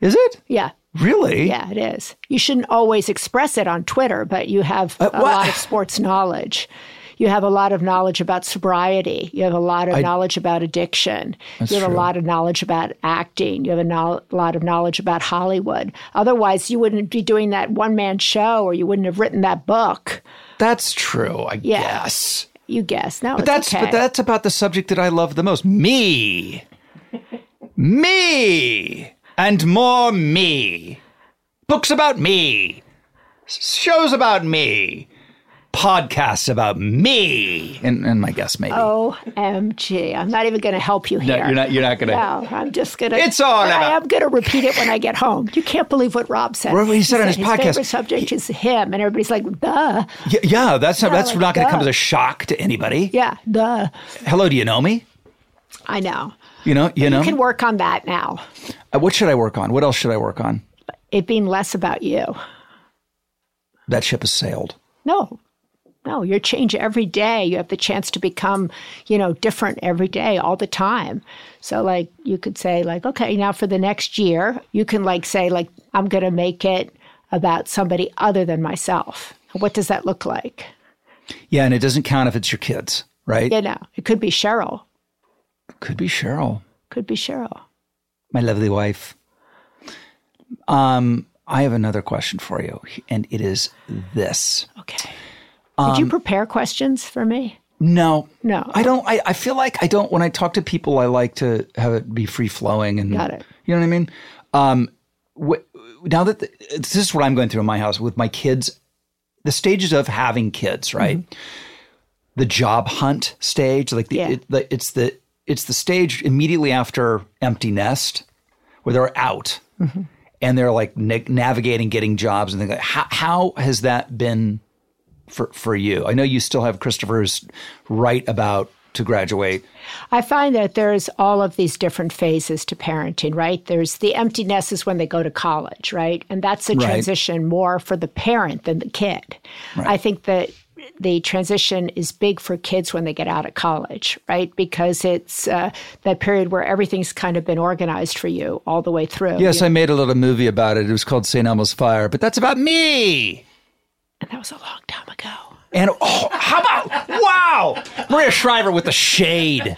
S1: Is it
S5: Yeah.
S1: really?
S5: Yeah, it is. You shouldn't always express it on Twitter, but you have a
S1: Uh, what?
S5: lot of sports knowledge. You have a lot of knowledge about sobriety. You have a lot of knowledge about addiction. You have a lot of knowledge about acting. You have a no- lot of knowledge about Hollywood. Otherwise, you wouldn't be doing that one man show or you wouldn't have written that book.
S1: That's true. I
S5: Yeah.
S1: guess.
S5: You guess. No,
S1: But that's but that's about the subject that I love the most. Me. me. And more me. Books about me. S- Shows about me. Podcasts about me. And and my guess maybe.
S5: Oh, OMG. I'm not even going to help you
S1: No,
S5: here.
S1: you're not you're not gonna
S5: No, I'm just gonna.
S1: It's all
S5: I
S1: about-
S5: am gonna repeat it when I get home. You can't believe what Rob said.
S1: Well, he said on his podcast-
S5: favorite subject is him, and everybody's like, "Duh,
S1: Y- Yeah, that's not, that's
S5: like,
S1: not going to come
S5: duh.
S1: as a shock to anybody.
S5: yeah, duh."
S1: Hello, do you know me?
S5: I know.
S1: You know, you know.
S5: You can work on that now.
S1: Uh, what should I work on? What else should I work on?
S5: It being less about you.
S1: That ship has sailed.
S5: No, no, you're change every day. You have the chance to become, you know, different every day, all the time. So, like, you could say, like, okay, now for the next year, you can like say, like, I'm gonna make it about somebody other than myself. What does that look like?
S1: Yeah, and it doesn't count if it's your kids, right?
S5: You know, it could be Cheryl.
S1: Could be Cheryl.
S5: Could be Cheryl.
S1: my lovely wife. Um, I have another question for you, and it is this.
S5: Okay. Did
S1: Um,
S5: you prepare questions for me?
S1: No,
S5: No.
S1: I don't. I, I feel like I don't. When I talk to people, I like to have it be free flowing and
S5: Got it.
S1: You know what I mean? Um, wh- now that the, this is what I'm going through in my house with my kids, the stages of having kids, right? The job hunt stage, like the,
S5: Yeah.
S1: it, the it's the it's the stage immediately after empty nest, where they're out and they're like na- navigating getting jobs and things like how, how has that been for for you i know you still have christopher's right about to graduate
S5: I find that there's all of these different phases to parenting, right? There's the emptiness is when they go to college, right? And that's a
S1: Right.
S5: transition more for the parent than the kid. I think that the transition is big for kids when they get out of college, right? Because it's uh, that period where everything's kind of been organized for you all the way through.
S1: yes i made a little movie about it it was called st elmo's fire but that's about me
S5: And that was a long time ago.
S1: and oh how about wow maria shriver with the shade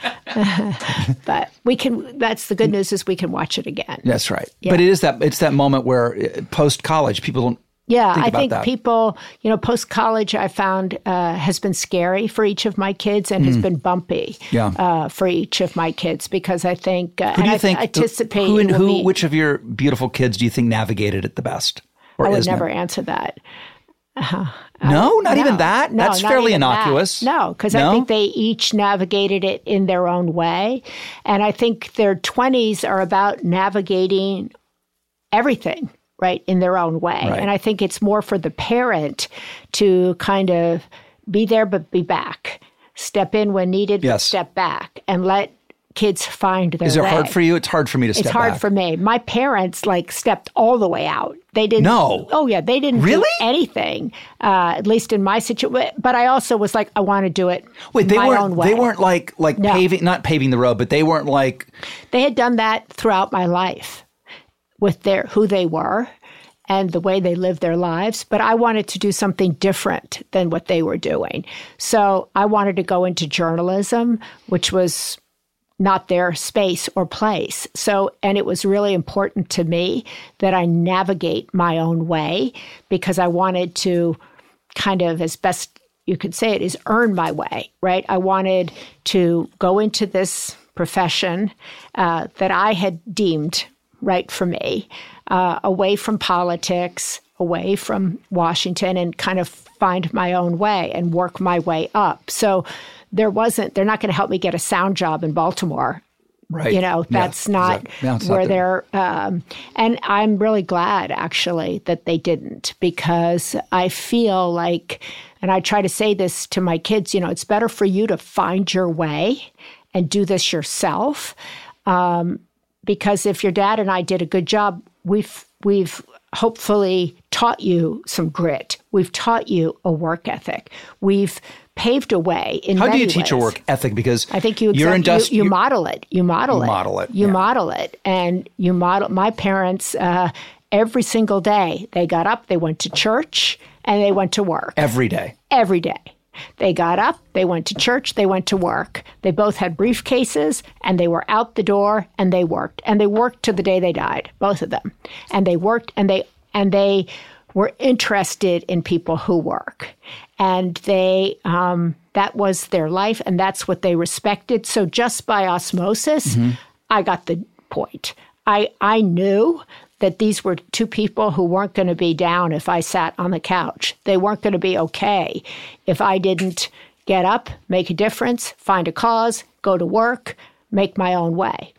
S5: but we can that's the good
S1: Mm.
S5: news is we can watch it again yeah,
S1: that's right but it is that it's that moment where post college people don't think
S5: i
S1: about
S5: think
S1: that.
S5: people you know post college i found uh, has been scary for each of my kids and has been bumpy
S1: Mm. Yeah.
S5: uh, for each of my kids because i think uh,
S1: who do
S5: and
S1: you
S5: I
S1: think
S5: anticipate
S1: who
S5: it
S1: and
S5: will
S1: who
S5: be-
S1: which of your beautiful kids do you think navigated it the best or
S5: i would
S1: is nav-
S5: never answer that
S1: No, not even
S5: No.
S1: that.
S5: No,
S1: That's
S5: not
S1: fairly
S5: even that.
S1: innocuous.
S5: No, because I think they each navigated it in their own way. And I think their 20s are about navigating everything, right, in their own way. And I think it's more for the parent to kind of be there, but be back, step in when needed, but
S1: Yes.
S5: step back, and let kids find their
S1: Is it
S5: way.
S1: hard for you? It's hard for me to step
S5: It's hard
S1: back.
S5: for me. My parents like stepped all the way out. They didn't.
S1: No.
S5: Oh yeah, they didn't
S1: Really?
S5: do anything. Uh, at least in my situation. But I also was like, I want to do it.
S1: Wait, they
S5: my
S1: weren't.
S5: Own way.
S1: They weren't like like
S5: No.
S1: paving, not paving the road, but they weren't like.
S5: They had done that throughout my life with their who they were and the way they lived their lives. But I wanted to do something different than what they were doing. So I wanted to go into journalism, which was not their space or place. So, and it was really important to me that I navigate my own way because I wanted to kind of, as best you could say it, is earn my way, right? I wanted to go into this profession uh, that I had deemed right for me, uh, away from politics, away from Washington, and kind of find my own way and work my way up. So, there wasn't they're not going to help me get a sound job in baltimore
S1: right
S5: you know
S1: Yeah,
S5: that's not
S1: exactly. No, it's not
S5: where
S1: there.
S5: they're um, and i'm really glad actually that they didn't because i feel like and i try to say this to my kids you know it's better for you to find your way and do this yourself um, because if your dad and I did a good job, we've we've hopefully taught you some grit. We've taught you a work ethic. We've paved a way in
S1: How do
S5: many
S1: you teach a
S5: ways.
S1: work ethic? Because
S5: I think you
S1: you're
S5: exact-
S1: industri-
S5: you, you model it. You model
S1: You
S5: it.
S1: model it,
S5: You
S1: yeah.
S5: model it, and you model. My parents, uh, every single day, they got up, they went to church, and they went to work
S1: every day.
S5: every day. They got up, they went to church, they went to work. They both had briefcases and they were out the door and they worked. And they worked to the day they died, both of them. And they worked and they and they were interested in people who work. And they um, that was their life and that's what they respected. So just by osmosis, I got the point. I I knew that these were two people who weren't going to be down if I sat on the couch. They weren't going to be okay if I didn't get up, make a difference, find a cause, go to work, make my own way.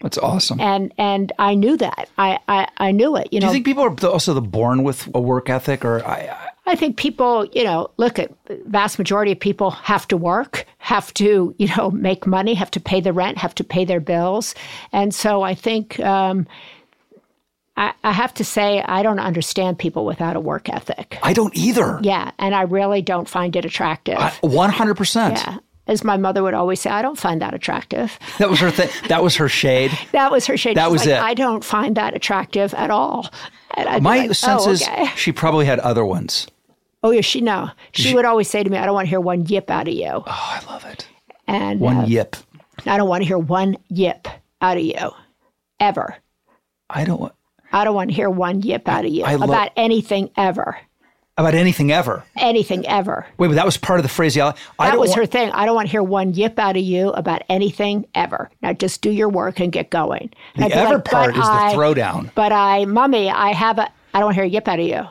S1: That's awesome.
S5: And and I knew that. I I, I knew it. You
S1: do
S5: know,
S1: you think people are th- also the born with a work ethic, or I,
S5: I think people, you know, look at the vast majority of people have to work, have to, you know, make money, have to pay the rent, have to pay their bills. And so I think um, I, I have to say, I don't understand people without a work ethic.
S1: I don't either?
S5: Yeah. And I really don't find it attractive.
S1: One hundred percent.
S5: yeah. As my mother would always say, I don't find that attractive.
S1: That was her thing. That was her shade.
S5: That was her shade.
S1: That
S5: She's
S1: was
S5: like,
S1: it.
S5: I don't find that attractive at all. And I'd be
S1: My
S5: like, "Oh,
S1: sense is
S5: okay."
S1: she probably had other ones.
S5: Oh, yeah, she no. She, would always say to me, I don't want to hear one yip out of you.
S1: Oh, I love it.
S5: And
S1: One
S5: uh,
S1: yip.
S5: I don't want to hear one yip out of you ever.
S1: I don't want
S5: I don't want to hear one yip out of you
S1: I lo-
S5: about anything ever.
S1: about anything ever.
S5: Anything ever.
S1: Wait, but that was part of the phraseology. I
S5: That
S1: don't
S5: was
S1: want-
S5: her thing. I don't want to hear one yip out of you about anything ever. Now just do your work and get going. And
S1: The
S5: I'd be
S1: ever
S5: like,
S1: part
S5: "But
S1: is the
S5: I-
S1: throwdown.
S5: But I, mommy, I have a. I don't want to hear a yip out of you.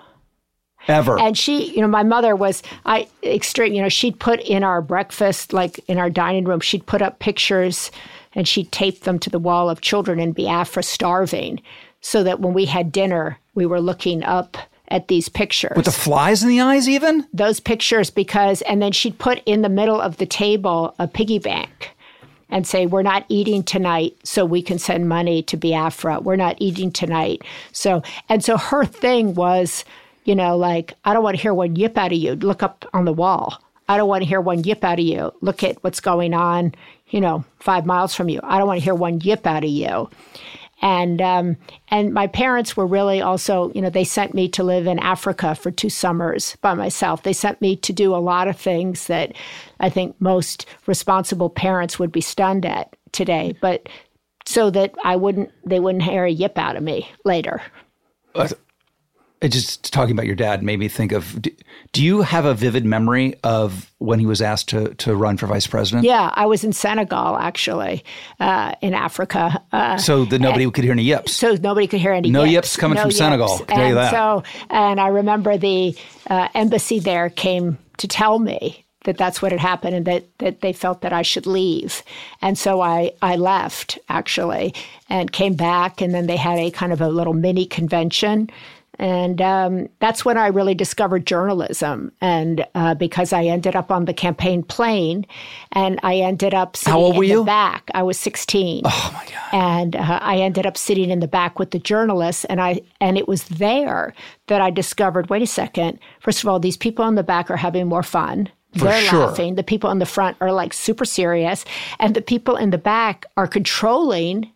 S1: Ever.
S5: And she, you know, my mother was I extreme. You know, she'd put in our breakfast, like in our dining room, she'd put up pictures, and she'd tape them to the wall of children in Biafra starving, so that when we had dinner, we were looking up at these pictures.
S1: With the flies in the eyes, even?
S5: those pictures because, and then she'd put in the middle of the table a piggy bank. And say, we're not eating tonight, so we can send money to Biafra. We're not eating tonight. So, and so her thing was, you know, like, I don't want to hear one yip out of you. Look up on the wall. I don't want to hear one yip out of you. Look at what's going on, you know, five miles from you. I don't want to hear one yip out of you and um, and my parents were really also you know they sent me to live in Africa for two summers by myself. They sent me to do a lot of things that I think most responsible parents would be stunned at today, but so that I wouldn't they wouldn't hear a yip out of me later.
S1: It just talking about your dad made me think of do, do you have a vivid memory of when he was asked to, to run for vice president?
S5: Yeah, I was in Senegal actually uh, in Africa. Uh,
S1: So that nobody could hear any yips.
S5: so nobody could hear any
S1: No yips coming from Senegal, I can tell you
S5: and
S1: that.
S5: so and i remember the uh, embassy there came to tell me that that's what had happened and that, that they felt that i should leave and so I, I left actually and came back and then they had a kind of a little mini convention and um, that's when I really discovered journalism, and uh, because I ended up on the campaign plane, and I ended up sitting
S1: old
S5: in
S1: were
S5: the
S1: you?
S5: back. I was sixteen and uh, I ended up sitting in the back with the journalists, and I and it was there that I discovered. Wait a second. First of all, these people in the back are having more fun. They're
S1: sure.
S5: laughing. The people in the front are like super serious, and the people in the back are controlling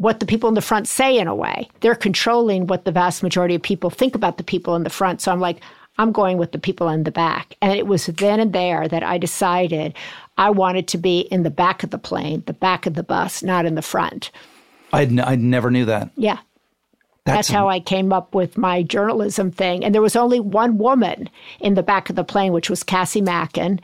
S5: what the people in the front say in a way. They're controlling what the vast majority of people think about the people in the front. So I'm like, I'm going with the people in the back. And it was then and there that I decided I wanted to be in the back of the plane, the back of the bus, not in the front.
S1: I'd, n- I never knew that.
S5: Yeah. That's, how I came up with my journalism thing. And there was only one woman in the back of the plane, which was Cassie Mackin.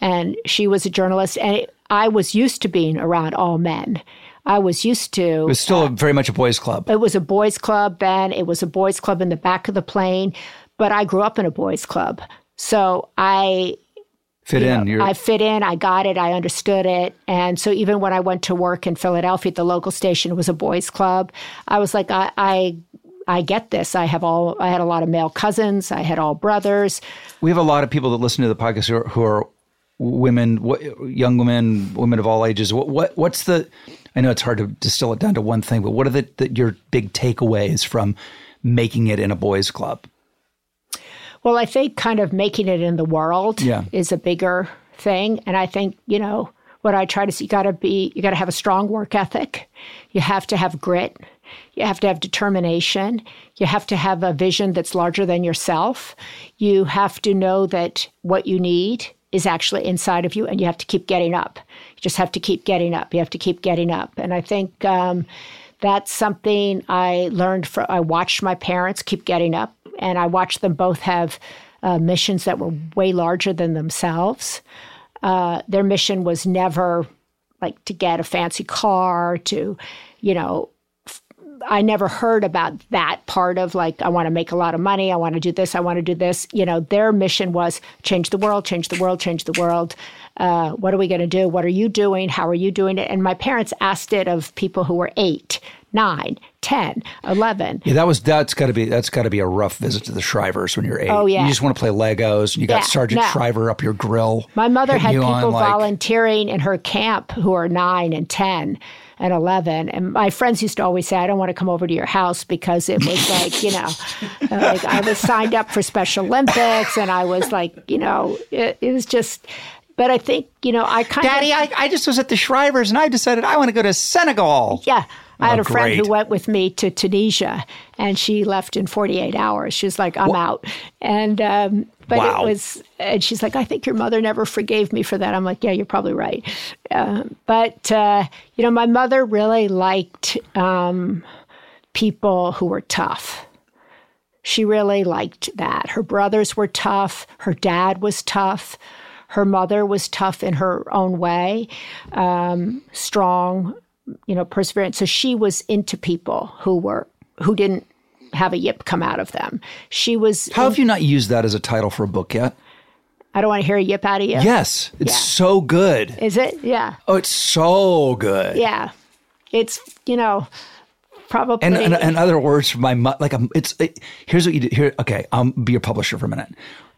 S5: And she was a journalist. And it, I was used to being around all men. I was used to.
S1: It was still a, very much a boys' club.
S5: It was a boys' club then. It was a boys' club in the back of the plane. But I grew up in a boys' club. So I
S1: Fit
S5: you
S1: in.
S5: know,
S1: You're,
S5: I fit in, I got it, I understood it. And so even when I went to work in Philadelphia, the local station was a boys' club. I was like, I, I, I get this. I have all, I had a lot of male cousins, I had all brothers.
S1: we have a lot of people that listen to the podcast who are, who are women, what, young women, women of all ages. What, what what's the? I know it's hard to distill it down to one thing, but what are the, the your big takeaways from making it in a boys' club?
S5: Well, I think kind of making it in the world
S1: Yeah.
S5: is a bigger thing. And I think, you know, what I try to see, you got to be, you got to have a strong work ethic. You have to have grit. You have to have determination. You have to have a vision that's larger than yourself. You have to know that what you need is actually inside of you and you have to keep getting up. You just have to keep getting up. You have to keep getting up. And I think, um, that's something I learned from, I watched my parents keep getting up and I watched them both have uh, missions that were way larger than themselves. Uh, their mission was never like to get a fancy car, to, you know, f- I never heard about that part of like, I want to make a lot of money, I want to do this, I want to do this. You know, their mission was change the world, change the world, change the world. Uh, what are we going to do? What are you doing? How are you doing it? And my parents asked it of people who were eight, nine, 10, 11.
S1: Yeah, that was that's got to be that's got to be a rough visit to the Shrivers when you're eight.
S5: Oh, yeah.
S1: you just want to play Legos, and you got
S5: Yeah,
S1: Sergeant
S5: no.
S1: Shriver up your grill.
S5: My mother
S1: hitting
S5: had
S1: you
S5: people
S1: on, like,
S5: volunteering in her camp who are nine and 10 and 11. And my friends used to always say, I don't want to come over to your house because it was like, you know, uh, like I was signed up for Special Olympics and I was like, you know, it, it was just, but I think, you know, I kind of.
S1: Daddy, I, I just was at the Shrivers, and I decided I want to go to Senegal.
S5: Yeah. I had
S1: Oh,
S5: a friend
S1: great.
S5: who went with me to Tunisia and she left in 48 hours. She was like, I'm out. And, um, but
S1: Wow.
S5: it was, and she's like, I think your mother never forgave me for that. I'm like, yeah, you're probably right. Um, but, uh, you know, my mother really liked um, people who were tough. She really liked that. Her brothers were tough. Her dad was tough. Her mother was tough in her own way, um, strong, you know, perseverant. So she was into people who were who didn't have a yip come out of them. She was.
S1: How have you not used that as a title for a book yet?
S5: I don't want to hear a yip out of you.
S1: Yes, it's
S5: Yeah.
S1: so good.
S5: Is it? Yeah.
S1: Oh, it's so good.
S5: Yeah. It's you know probably
S1: And, and, and other words for my mu- like um, it's it, here's what you do here okay I'll be your publisher for a minute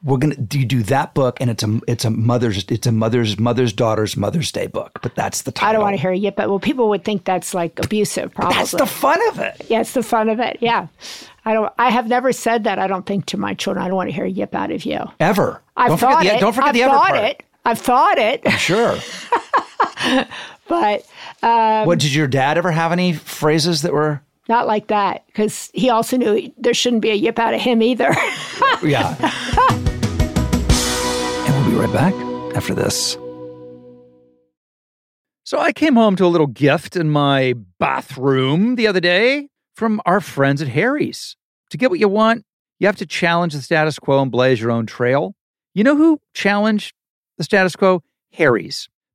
S1: we're gonna do you do that book and it's a it's a mother's it's a mother's mother's daughter's Mother's Day book but that's the title
S5: I don't want to hear a yip. But well, people would think that's like abusive. Probably.
S1: that's the fun of it
S5: Yeah, it's the fun of it. Yeah. I don't I have never said that, I don't think, to my children. I don't want to hear a yip out of you.
S1: ever
S5: I've
S1: don't
S5: thought
S1: forget the, e,
S5: it.
S1: don't forget
S5: I've
S1: the ever
S5: thought
S1: part
S5: it. I've thought it.
S1: sure
S5: But um,
S1: what did your dad ever have any phrases that were
S5: not like that. Because he also knew he- there shouldn't be a yip out of him either.
S1: yeah and we'll be right back after this
S2: So I came home to a little gift in my bathroom the other day from our friends at Harry's. To get what you want, you have to challenge the status quo and blaze your own trail. You know who challenged the status quo? Harry's.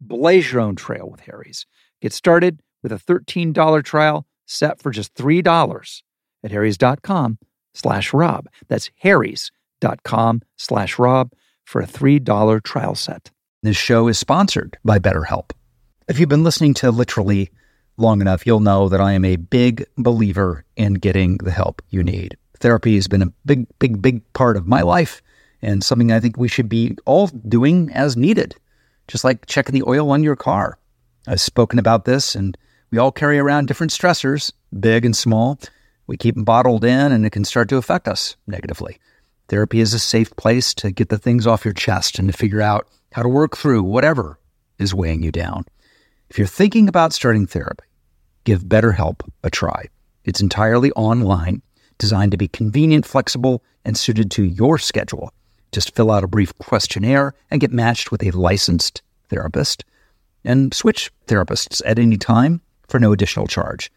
S1: blaze your own trail with Harry's. Get started with a $13 trial set for just $3 at harrys.com slash rob. That's harrys.com slash rob for a $3 trial set.
S7: This show is sponsored by BetterHelp. If you've been listening to literally long enough, you'll know that I am a big believer in getting the help you need. Therapy has been a big, big, big part of my life and something I think we should be all doing as needed, just like checking the oil on your car. I've spoken about this, and we all carry around different stressors, big and small. We keep them bottled in, and it can start to affect us negatively. Therapy is a safe place to get the things off your chest and to figure out how to work through whatever is weighing you down. If you're thinking about starting therapy, give BetterHelp a try. It's entirely online, designed to be convenient, flexible, and suited to your schedule. Just fill out a brief questionnaire and get matched with a licensed therapist. And switch therapists at any time for no additional charge.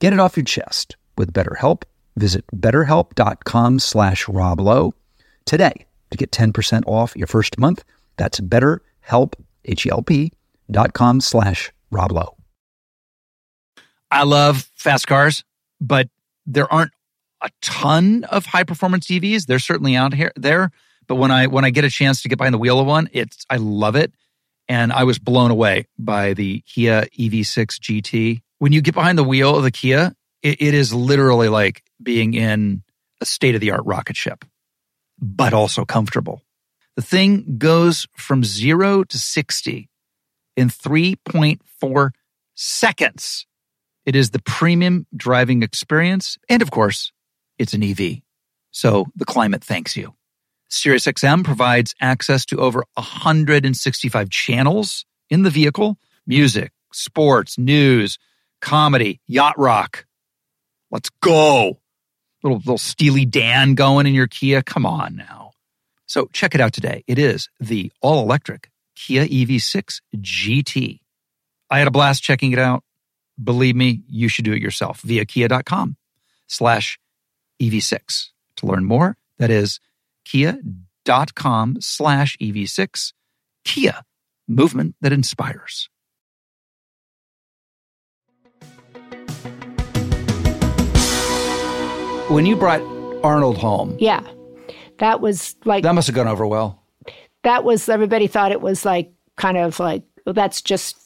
S7: Get it off your chest with BetterHelp. Visit betterhelp.com slash roblow today to get 10% off your first month. That's betterhelp, H-E-L-P, dot com slash roblow.
S1: I love fast cars, but there aren't a ton of high performance EVs. They're certainly out here there, but when I when I get a chance to get behind the wheel of one, it's I love it, and I was blown away by the Kia E EV6 GT. When you get behind the wheel of the Kia, it, it is literally like being in a state of the art rocket ship, but also comfortable. The thing goes from zero to sixty in 3.4 seconds. It is the premium driving experience. And of course, it's an EV. So the climate thanks you. SiriusXM provides access to over 165 channels in the vehicle music, sports, news, comedy, yacht rock. Let's go. Little, little Steely Dan going in your Kia. Come on now. So check it out today. It is the all electric Kia E EV6 GT. I had a blast checking it out. Believe me, you should do it yourself via kia.com slash EV6. To learn more, that is kia.com slash EV6. Kia, movement that inspires.
S8: When you brought Arnold home,
S5: Yeah. That was like
S8: that must have gone over well.
S5: that was everybody thought it was like kind of like well, that's just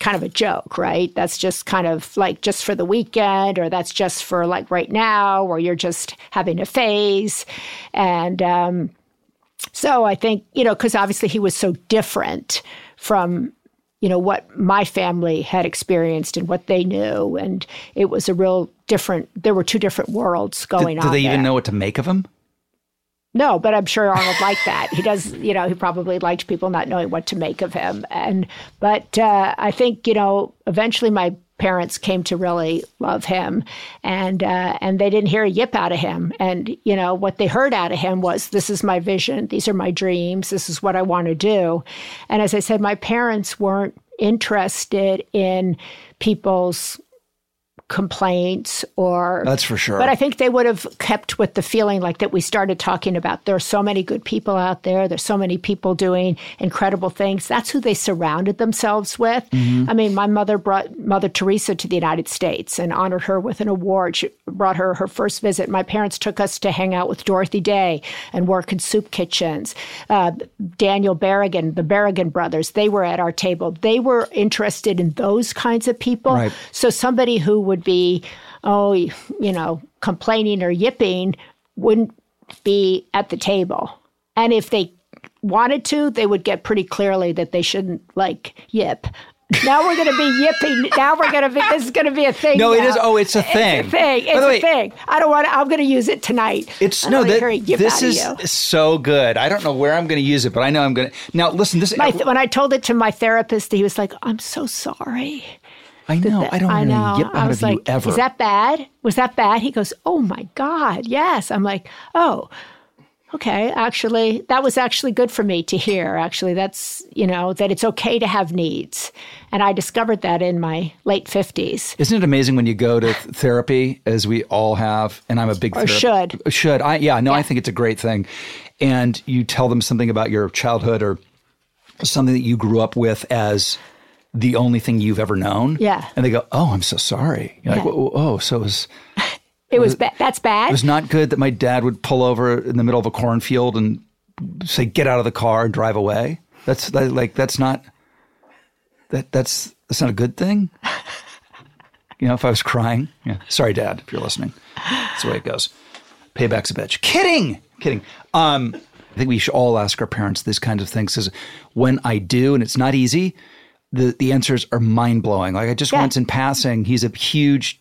S5: kind of a joke, right? That's just kind of like just for the weekend, or that's just for like right now, or you're just having a phase, and um, so I think you know because obviously he was so different from you know what my family had experienced and what they knew, and it was a real different. There were two different worlds
S8: Did,
S5: going
S8: did
S5: on.
S8: they
S5: there.
S8: even know what to make of him?
S5: No, but I'm sure Arnold liked that. He does, you know, he probably liked people not knowing what to make of him. And but uh, I think you know, eventually my parents came to really love him, and uh, and they didn't hear a yip out of him. And you know what they heard out of him was, "This is my vision. These are my dreams. This is what I want to do." And as I said, my parents weren't interested in people's complaints or
S8: That's for sure.
S5: but I think they would have kept with the feeling like that we started talking about. There are so many good people out there. There's so many people doing incredible things. That's who they surrounded themselves with. I mean, my mother brought Mother Teresa to the United States and honored her with an award. She brought her her first visit. My parents took us to hang out with Dorothy Day and work in soup kitchens. Uh, Daniel Berrigan, the Berrigan brothers, they were at our table. They were interested in those kinds of people.
S8: Right.
S5: So somebody who would be, oh, you know, complaining or yipping wouldn't be at the table. And if they wanted to, they would get pretty clearly that they shouldn't like yip. Now we're going to be yipping. Now we're going to be. This is going to be a thing.
S8: no, it
S5: now.
S8: is. Oh, it's a thing.
S5: It's a thing.
S8: By
S5: It's
S8: the
S5: a
S8: way,
S5: thing. I don't want. to I'm going to use it tonight.
S8: It's
S5: I
S8: no.
S5: don't wanna
S8: That,
S5: hear a yip
S8: this
S5: out of
S8: is
S5: you.
S8: so good. I don't know where I'm going to use it, but I know I'm going to. Now listen. This
S5: My th- when I told it to my therapist, he was like, "I'm so sorry."
S8: I know. Oh, I don't
S5: I
S8: want
S5: know.
S8: to yip
S5: I
S8: out
S5: was
S8: of
S5: like,
S8: you ever.
S5: "Is that bad? Was that bad?" He goes, "Oh my god, yes." I'm like, "Oh, okay. Actually, that was actually good for me to hear. Actually, that's you know that it's okay to have needs." And I discovered that in my late fifties.
S8: Isn't it amazing when you go to th- therapy, as we all have, and I'm a big therapist.
S5: should.
S8: Should. I yeah, no, I think it's a great thing. And you tell them something about your childhood or
S1: something that you grew up with as the only thing you've ever known.
S5: Yeah.
S1: And they go, "Oh, I'm so sorry." You're like,
S5: Yeah.
S1: "Oh, oh, so it was
S5: It was ba- that's bad.
S1: it was not good that my dad would pull over in the middle of a cornfield and say, "Get out of the car and drive away." That's that, like that's not that that's that's not a good thing. You know, if I was crying, yeah. Sorry, Dad, if you're listening. That's the way it goes. Payback's a bitch. Kidding, kidding. Um, I think we should all ask our parents these kinds of things. Because when I do, and it's not easy, the the answers are mind blowing. Like I just
S5: Yeah.
S1: once in passing, he's a huge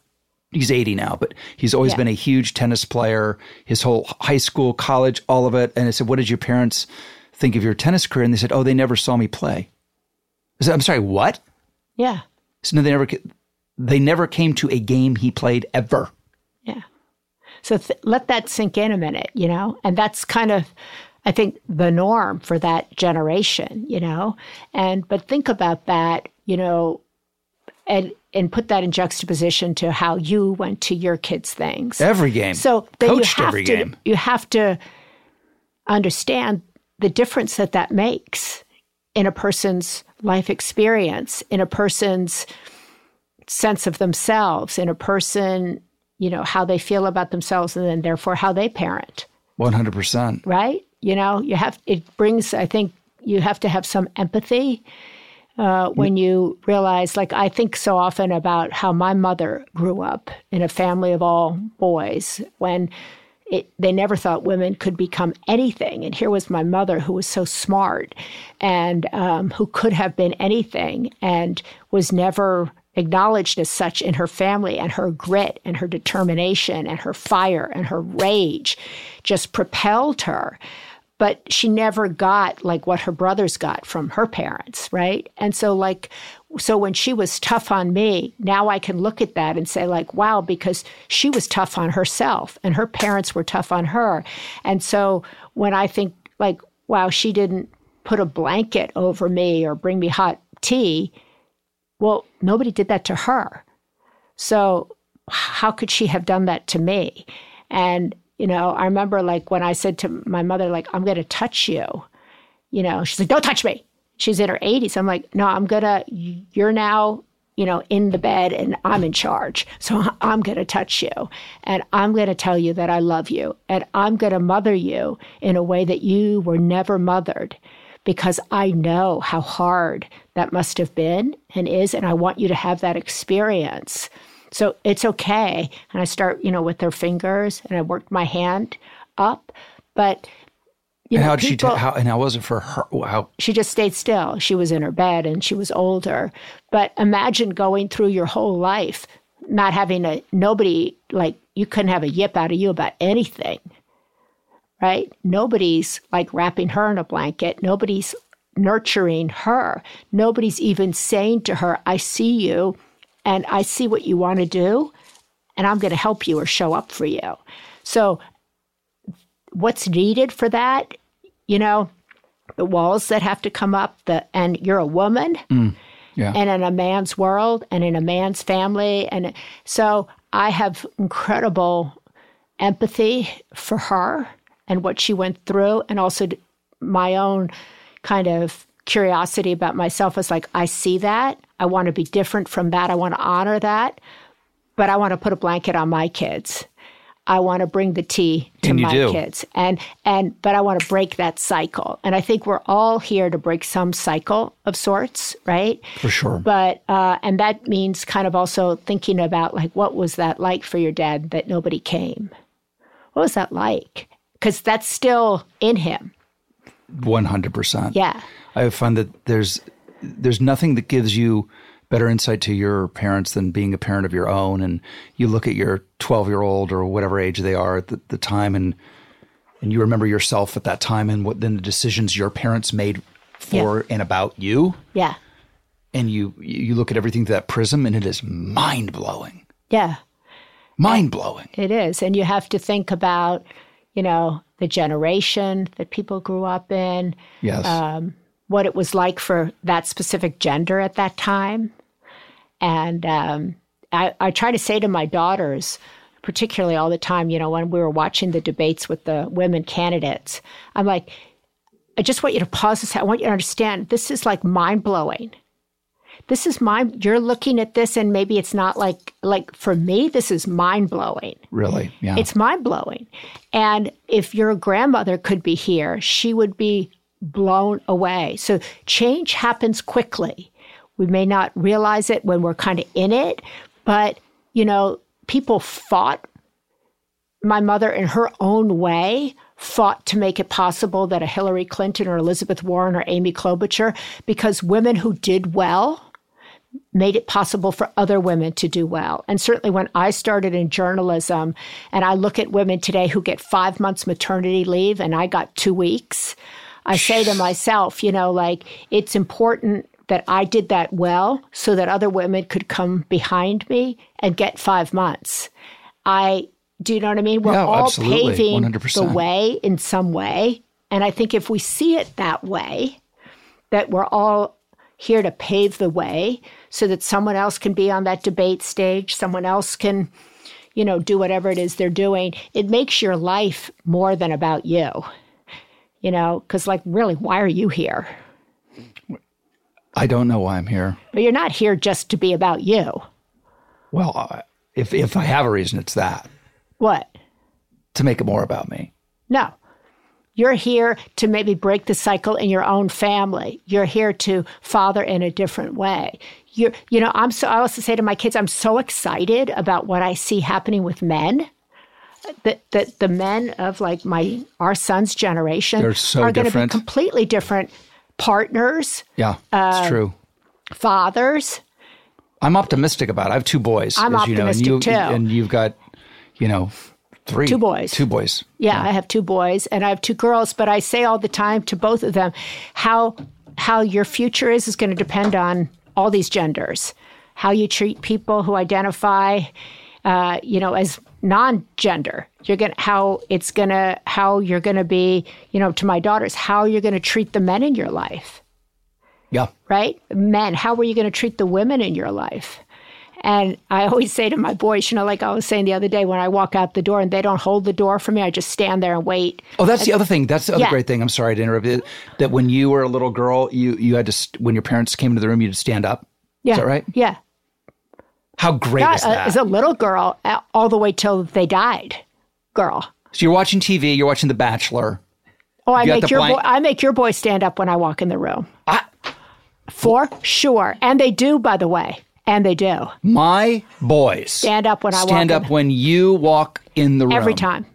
S1: he's 80 now, but he's always
S5: Yeah.
S1: been a huge tennis player, his whole high school, college, all of it. And I said, What did your parents think of your tennis career? And they said, Oh, they never saw me play. I said, I'm sorry, what?
S5: yeah.
S1: I said, no, they never, ca- they never came to a game he played ever.
S5: Yeah. So th- let that sink in a minute, you know? And that's kind of, I think, the norm for that generation, you know? And, but think about that, you know, and, and put that in juxtaposition to how you went to your kids' things.
S1: Every game.
S5: So then you
S1: coached
S5: have
S1: every
S5: to,
S1: game.
S5: You have to understand the difference that that makes in a person's life experience, in a person's sense of themselves, in a person, you know, how they feel about themselves, and then therefore how they parent.
S1: 100%.
S5: Right? You know, you have it brings. I think you have to have some empathy. Uh, when you realize, like, I think so often about how my mother grew up in a family of all boys when it, they never thought women could become anything. And here was my mother who was so smart and um, who could have been anything and was never acknowledged as such in her family. And her grit and her determination and her fire and her rage just propelled her but she never got like what her brothers got from her parents, right? And so like so when she was tough on me, now I can look at that and say like wow because she was tough on herself and her parents were tough on her. And so when I think like wow she didn't put a blanket over me or bring me hot tea, well nobody did that to her. So how could she have done that to me? And, you know, I remember like when I said to my mother, like, I'm going to touch you, you know, she's like, don't touch me. She's in her 80s. I'm like, no, I'm going to, you're now, you know, in the bed and I'm in charge. So I'm going to touch you and I'm going to tell you that I love you and I'm going to mother you in a way that you were never mothered because I know how hard that must have been and is, and I want you to have that experience. So it's okay. And I start, you know, with their fingers and I worked my hand up, but you
S1: And
S5: know,
S1: how did she, ta-
S5: people-
S1: how, and how was it for her? Wow.
S5: she just stayed still. She was in her bed and she was older. But imagine going through your whole life not having a nobody like you couldn't have a yip out of you about anything. Right? Nobody's like wrapping her in a blanket. Nobody's nurturing her. Nobody's even saying to her, I see you and I see what you want to do and I'm going to help you or show up for you. So what's needed for that? You know, the walls that have to come up the and you're a woman
S1: yeah.
S5: and in a man's world and in a man's family and so i have incredible empathy for her and what she went through and also d- my own kind of curiosity about myself was like i see that i want to be different from that i want to honor that but i want to put a blanket on my kids i want to bring the tea to
S1: And you
S5: my
S1: do.
S5: kids and and but i want to break that cycle and i think we're all here to break some cycle of sorts right
S1: For sure.
S5: but uh, and that means kind of also thinking about like what was that like for your dad that nobody came what was that like because that's still in him
S1: 100%.
S5: yeah
S1: I find that there's there's nothing that gives you better insight to your parents than being a parent of your own, and you look at your 12 year old or whatever age they are at the, the time, and and you remember yourself at that time, and what then the decisions your parents made for and about you,
S5: yeah
S1: and you you look at everything through that prism, and it is mind blowing,
S5: yeah
S1: mind blowing.
S5: It is. And you have to think about, you know, the generation that people grew up in,
S1: Yes,
S5: Uh, what it was like for that specific gender at that time. And um, I, I try to say to my daughters, particularly all the time, you know, when we were watching the debates with the women candidates, I'm like, I just want you to pause this. I want you to understand this is like mind blowing. This is mind. You're looking at this, and maybe it's not like like for me. This is mind blowing.
S1: Really? Yeah.
S5: It's mind blowing. And if your grandmother could be here, she would be blown away. So change happens quickly. We may not realize it when we're kind of in it, but you know, people fought. My mother, in her own way, fought to make it possible that a Hillary Clinton or Elizabeth Warren or Amy Klobuchar, because women who did well made it possible for other women to do well. And certainly when I started in journalism and I look at women today who get five months maternity leave and I got two weeks, I say to myself, you know, like it's important that I did that well so that other women could come behind me and get five months. I do you know what I mean? We're
S1: Yeah,
S5: all
S1: absolutely.
S5: paving
S1: 100%.
S5: the way in some way. And I think if we see it that way, that we're all here to pave the way so that someone else can be on that debate stage, someone else can, you know, do whatever it is they're doing, it makes your life more than about you. You know, because like, really, why are you here?
S1: I don't know why I'm here.
S5: But you're not here just to be about you.
S1: Well, I- if if I have a reason, it's that
S5: What?
S1: to make it more about me.
S5: No. You're here to maybe break the cycle in your own family. You're here to father in a different way. You you know, I'm so I also say to my kids, I'm so excited about what I see happening with men. That the, the men of like my our son's generation
S1: They're so
S5: are gonna
S1: different.
S5: be completely different partners,
S1: Yeah,
S5: Uh,
S1: it's true.
S5: fathers.
S1: I'm optimistic about it. I have two boys.
S5: I'm
S1: as you know, and
S5: optimistic
S1: you,
S5: too.
S1: And you've got, you know, three.
S5: Two boys.
S1: Two boys.
S5: Yeah, I have two boys and I have two girls, but I say all the time to both of them how how your future is is going to depend on all these genders. How you treat people who identify uh, you know as non-gender. You're going to how it's going to how you're going to be, you know, to my daughters, how you're going to treat the men in your life
S1: Yeah.
S5: right? Men, how were you going to treat the women in your life? And I always say to my boys, you know, like I was saying the other day, when I walk out the door and they don't hold the door for me, I just stand there and wait.
S1: Oh, that's the other thing. That's the other
S5: Yeah.
S1: great thing. I'm sorry to interrupt. It, that when you were a little girl, you you had to st- when your parents came into the room, you had to stand up.
S5: Yeah.
S1: that right?
S5: Yeah.
S1: How great
S5: Not
S1: is
S5: a-
S1: that?
S5: as a little girl, uh, all the way till they died, girl.
S1: so you're watching TV. You're watching The Bachelor.
S5: Oh, I
S1: You got
S5: make
S1: the
S5: your
S1: blank-
S5: boy, I make your boy stand up when I walk in the room.
S1: I,
S5: For sure, and they do, by the way, and they do
S1: my boys
S5: stand up when I
S1: stand
S5: walk
S1: up when you walk in the room.
S5: in every time.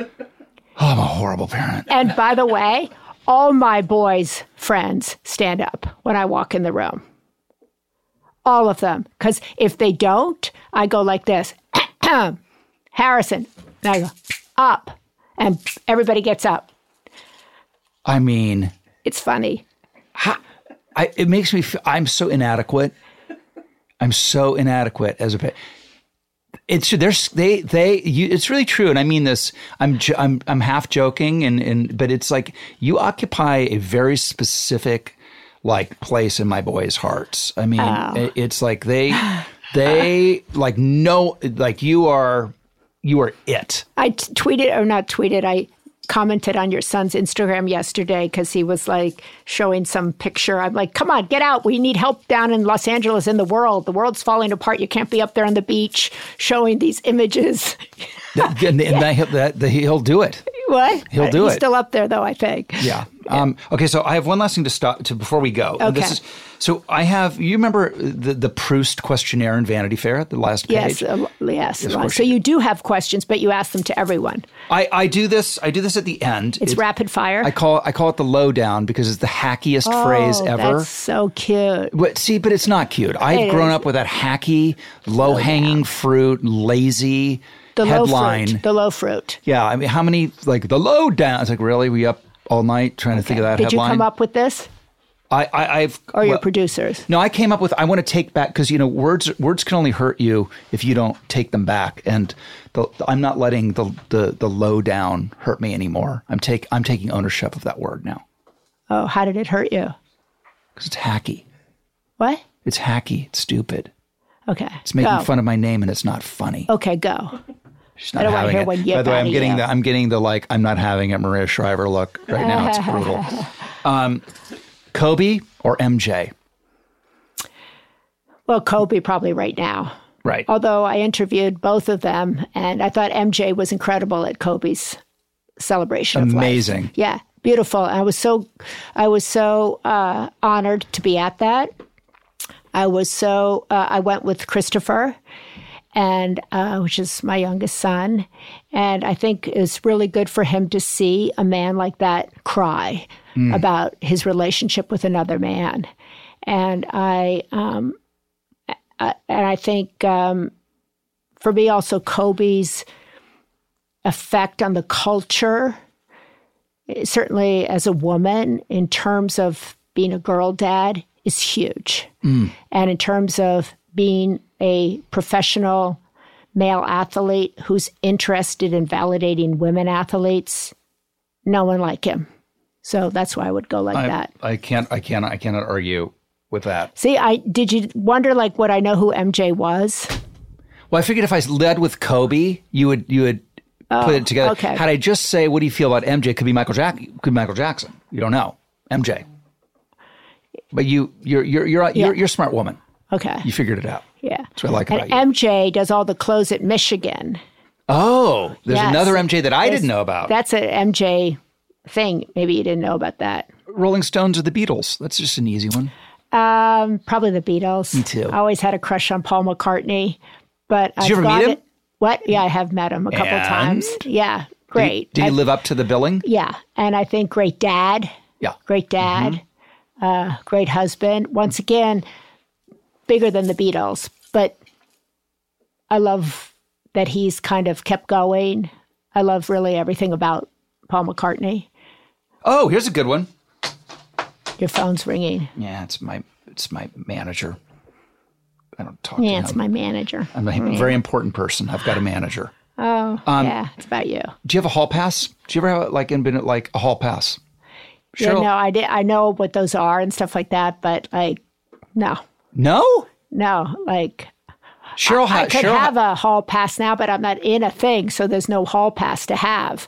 S1: Oh, I'm a horrible parent.
S5: And by the way, all my boys' friends stand up when I walk in the room. All of them. Because if they don't, I go like this Harrison. And I go up. And everybody gets up.
S1: I mean,
S5: It's funny.
S1: I, it makes me feel I'm so inadequate. I'm so inadequate as a pa- it's there's they they you, it's really true and I mean this I'm jo- I'm I'm half joking and and but it's like you occupy a very specific like place in my boys' hearts. I mean it- it's like they they like no like you are you are it.
S5: I t- tweeted, or not tweeted, I commented on your son's Instagram yesterday because he was like showing some picture. I'm like, come on, get out. We need help down in Los Angeles in the world. The world's falling apart. You can't be up there on the beach showing these images.
S1: and and that, he'll- that, that he'll do it.
S5: What?
S1: He'll do
S5: He's
S1: it.
S5: still up there, though, I think.
S1: Yeah. Um, okay, so I have one last thing to stop to before we go. And This
S5: Okay.
S1: is, so I have you remember the the Proust questionnaire in Vanity Fair, the last
S5: Yes,
S1: page.
S5: uh, yes. Lon.
S1: course
S5: so you do have questions, but you ask them to everyone.
S1: I, I do this I do this at the end.
S5: It's rapid fire.
S1: I call I call it the lowdown because it's the hackiest phrase
S5: Oh,
S1: ever.
S5: That's so cute.
S1: But see, but it's not cute. I've
S5: It
S1: grown
S5: is. Oh,
S1: up with that hacky, low hanging fruit, lazy
S5: The
S1: headline.
S5: low fruit. The low fruit.
S1: Yeah, I mean, how many like the lowdown? It's like really, we up all night trying to think of that
S5: Did
S1: headline.
S5: you come up with this,
S1: I, I I've
S5: or your
S1: well-
S5: producers?
S1: No, I came up with I want to take back because you know words words can only hurt you if you don't take them back, and the, I'm not letting the the the low down hurt me anymore. I'm take I'm taking ownership of that word now
S5: Oh, how did it hurt you?
S1: because it's hacky.
S5: What?
S1: It's hacky. It's stupid.
S5: Okay.
S1: It's making
S5: go.
S1: fun of my name and it's not funny.
S5: Okay, go.
S1: She's
S5: Oh,
S1: not
S5: I don't wanna
S1: having
S5: hear
S1: it.
S5: one yet
S1: By the way, I'm
S5: outta
S1: getting
S5: you.
S1: the I'm getting the like I'm not having it Maria Shriver look right now. It's brutal. Um, Kobe or MJ?
S5: Well, Kobe probably right now.
S1: Right.
S5: Although I interviewed both of them, and I thought MJ was incredible at Kobe's celebration. of life.
S1: Amazing.
S5: Yeah, beautiful. I was so, I was so uh, honored to be at that. I was so. Uh, I went with Christopher, and uh, which is my youngest son, and I think it's really good for him to see a man like that cry about his relationship with another man. And I, um, I and I think um, for me also Kobe's effect on the culture certainly as a woman in terms of being a girl dad is huge
S1: Mm.
S5: and in terms of being a professional male athlete who's interested in validating women athletes no one like him so that's why i would go like
S1: I,
S5: that
S1: I can't I can't I cannot argue with that.
S5: see i did you wonder like what i know who mj was
S1: Well, I figured if I led with Kobe, you would you would put it together.
S5: Oh, okay.
S1: Had I just say, what do you feel about MJ? Could be Michael Jack. Could be Michael Jackson. You don't know MJ. But you you're you're you're a- you're, you're a smart woman.
S5: okay
S1: You figured it out.
S5: yeah
S1: That's what I like
S5: and
S1: about you.
S5: mj does all the clothes at michigan
S1: oh, there's
S5: Yes.
S1: another MJ that I didn't know about.
S5: that's a mj thing maybe you didn't know about that
S1: Rolling Stones or the Beatles. That's just an easy one.
S5: Um, probably the Beatles. Me
S1: too.
S5: I always had a crush on Paul McCartney, but I've
S1: you ever meet
S5: got
S1: him?
S5: it- What? Yeah, I have met him a couple
S1: And?
S5: times. Yeah, great.
S1: Did he
S5: I-
S1: live up to the billing?
S5: yeah, and I think great dad,
S1: Yeah.
S5: great dad,
S1: Mm-hmm.
S5: uh, great husband. Once again, bigger than the Beatles, but I love that he's kind of kept going. I love really everything about Paul McCartney.
S1: Oh, here's a good one.
S5: Your phone's ringing.
S1: Yeah, it's my it's my manager. I don't talk
S5: Yeah,
S1: to
S5: it's
S1: him.
S5: my manager.
S1: I'm a very important person. I've got a manager.
S5: Oh,
S1: Um,
S5: yeah, it's about you.
S1: Do you have a hall pass? Do you ever have like been at like a hall pass?
S5: Yeah,
S1: Cheryl-
S5: no, I did. I know what those are and stuff like that, but like, no,
S1: No,
S5: no, like
S1: Cheryl. ha-
S5: I could
S1: Uh, Cheryl ha-
S5: have a hall pass now, but I'm not in a thing, so there's no hall pass to have,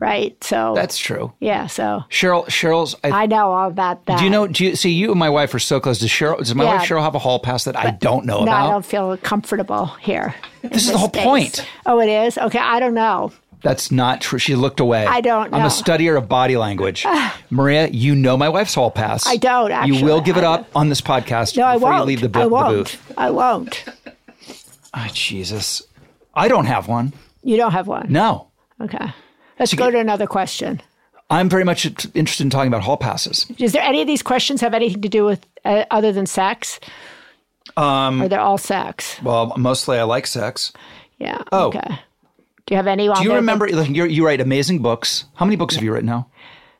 S5: right? So
S1: That's true.
S5: yeah. So
S1: Cheryl. Cheryl's. I,
S5: I know all about that.
S1: do you know? Do you see? You and my wife are so close. Does Cheryl? Does my
S5: Yeah.
S1: wife Cheryl have a hall pass that I don't know
S5: No, I
S1: about?
S5: don't feel comfortable here. in
S1: This is the whole
S5: space.
S1: point.
S5: Oh, it is. Okay, I don't know.
S1: That's not true. She looked away.
S5: I don't
S1: I'm
S5: know.
S1: a studier of body language. Maria, you know my wife's hall pass. I
S5: don't, actually.
S1: You will give it
S5: I
S1: up on this podcast
S5: No, I
S1: before
S5: won't.
S1: you leave the, bu-
S5: I
S1: the
S5: won't.
S1: booth.
S5: I won't.
S1: Ah, Jesus. I don't have one.
S5: You don't have one.
S1: No.
S5: Okay. Let's go to another question.
S1: I'm very much interested in talking about hall passes.
S5: Does there any of these questions have anything to do with uh, other than sex? Um, or they're all sex.
S1: Well, mostly I like sex.
S5: Yeah. Oh. Okay. Do you have any?
S1: Do you remember? Listen, you're, you write amazing books. How many books have you written now?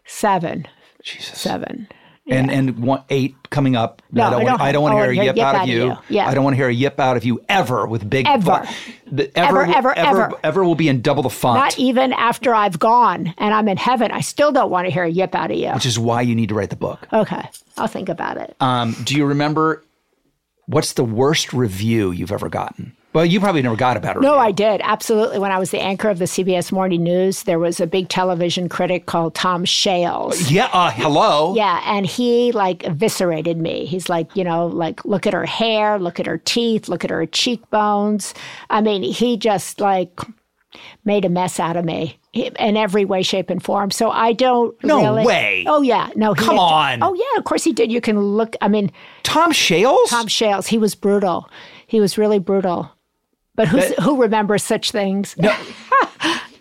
S5: seven?
S1: Jesus.
S5: Seven.
S1: And and one, eight coming up. I
S5: No,
S1: don't
S5: I
S1: want.
S5: don't- oh,
S1: I don't want
S5: I
S1: to
S5: wanna
S1: hear a yip, out, of you.
S5: Yeah.
S1: I don't want to hear a yip out of you ever with big.
S5: Ever.
S1: font. The
S5: Ever,
S1: will-
S5: ever,
S1: ever,
S5: ever.
S1: ever will be in double the font.
S5: Not e- even after I've gone and I'm in heaven, I still don't want to hear a yip out of you.
S1: which is why you need to write the book.
S5: Okay, I'll think about it.
S1: Um, do you remember what's the worst review you've ever gotten? Well, you probably never got a bad review.
S5: No, I did. Absolutely. When I was the anchor of the CBS Morning News, there was a big television critic called Tom Shales.
S1: Yeah. Uh, hello.
S5: Yeah, and he like eviscerated me. He's like, you know, like look at her hair, look at her teeth, look at her cheekbones. I mean, he just like made a mess out of me in every way, shape, and form. So I don't.
S1: No
S5: really-
S1: way.
S5: Oh yeah, no. he
S1: Come
S5: had-
S1: on.
S5: Oh yeah, of course he did. You can look. I mean,
S1: Tom Shales.
S5: Tom Shales. He was brutal. He was really brutal. But who's, who remembers such things?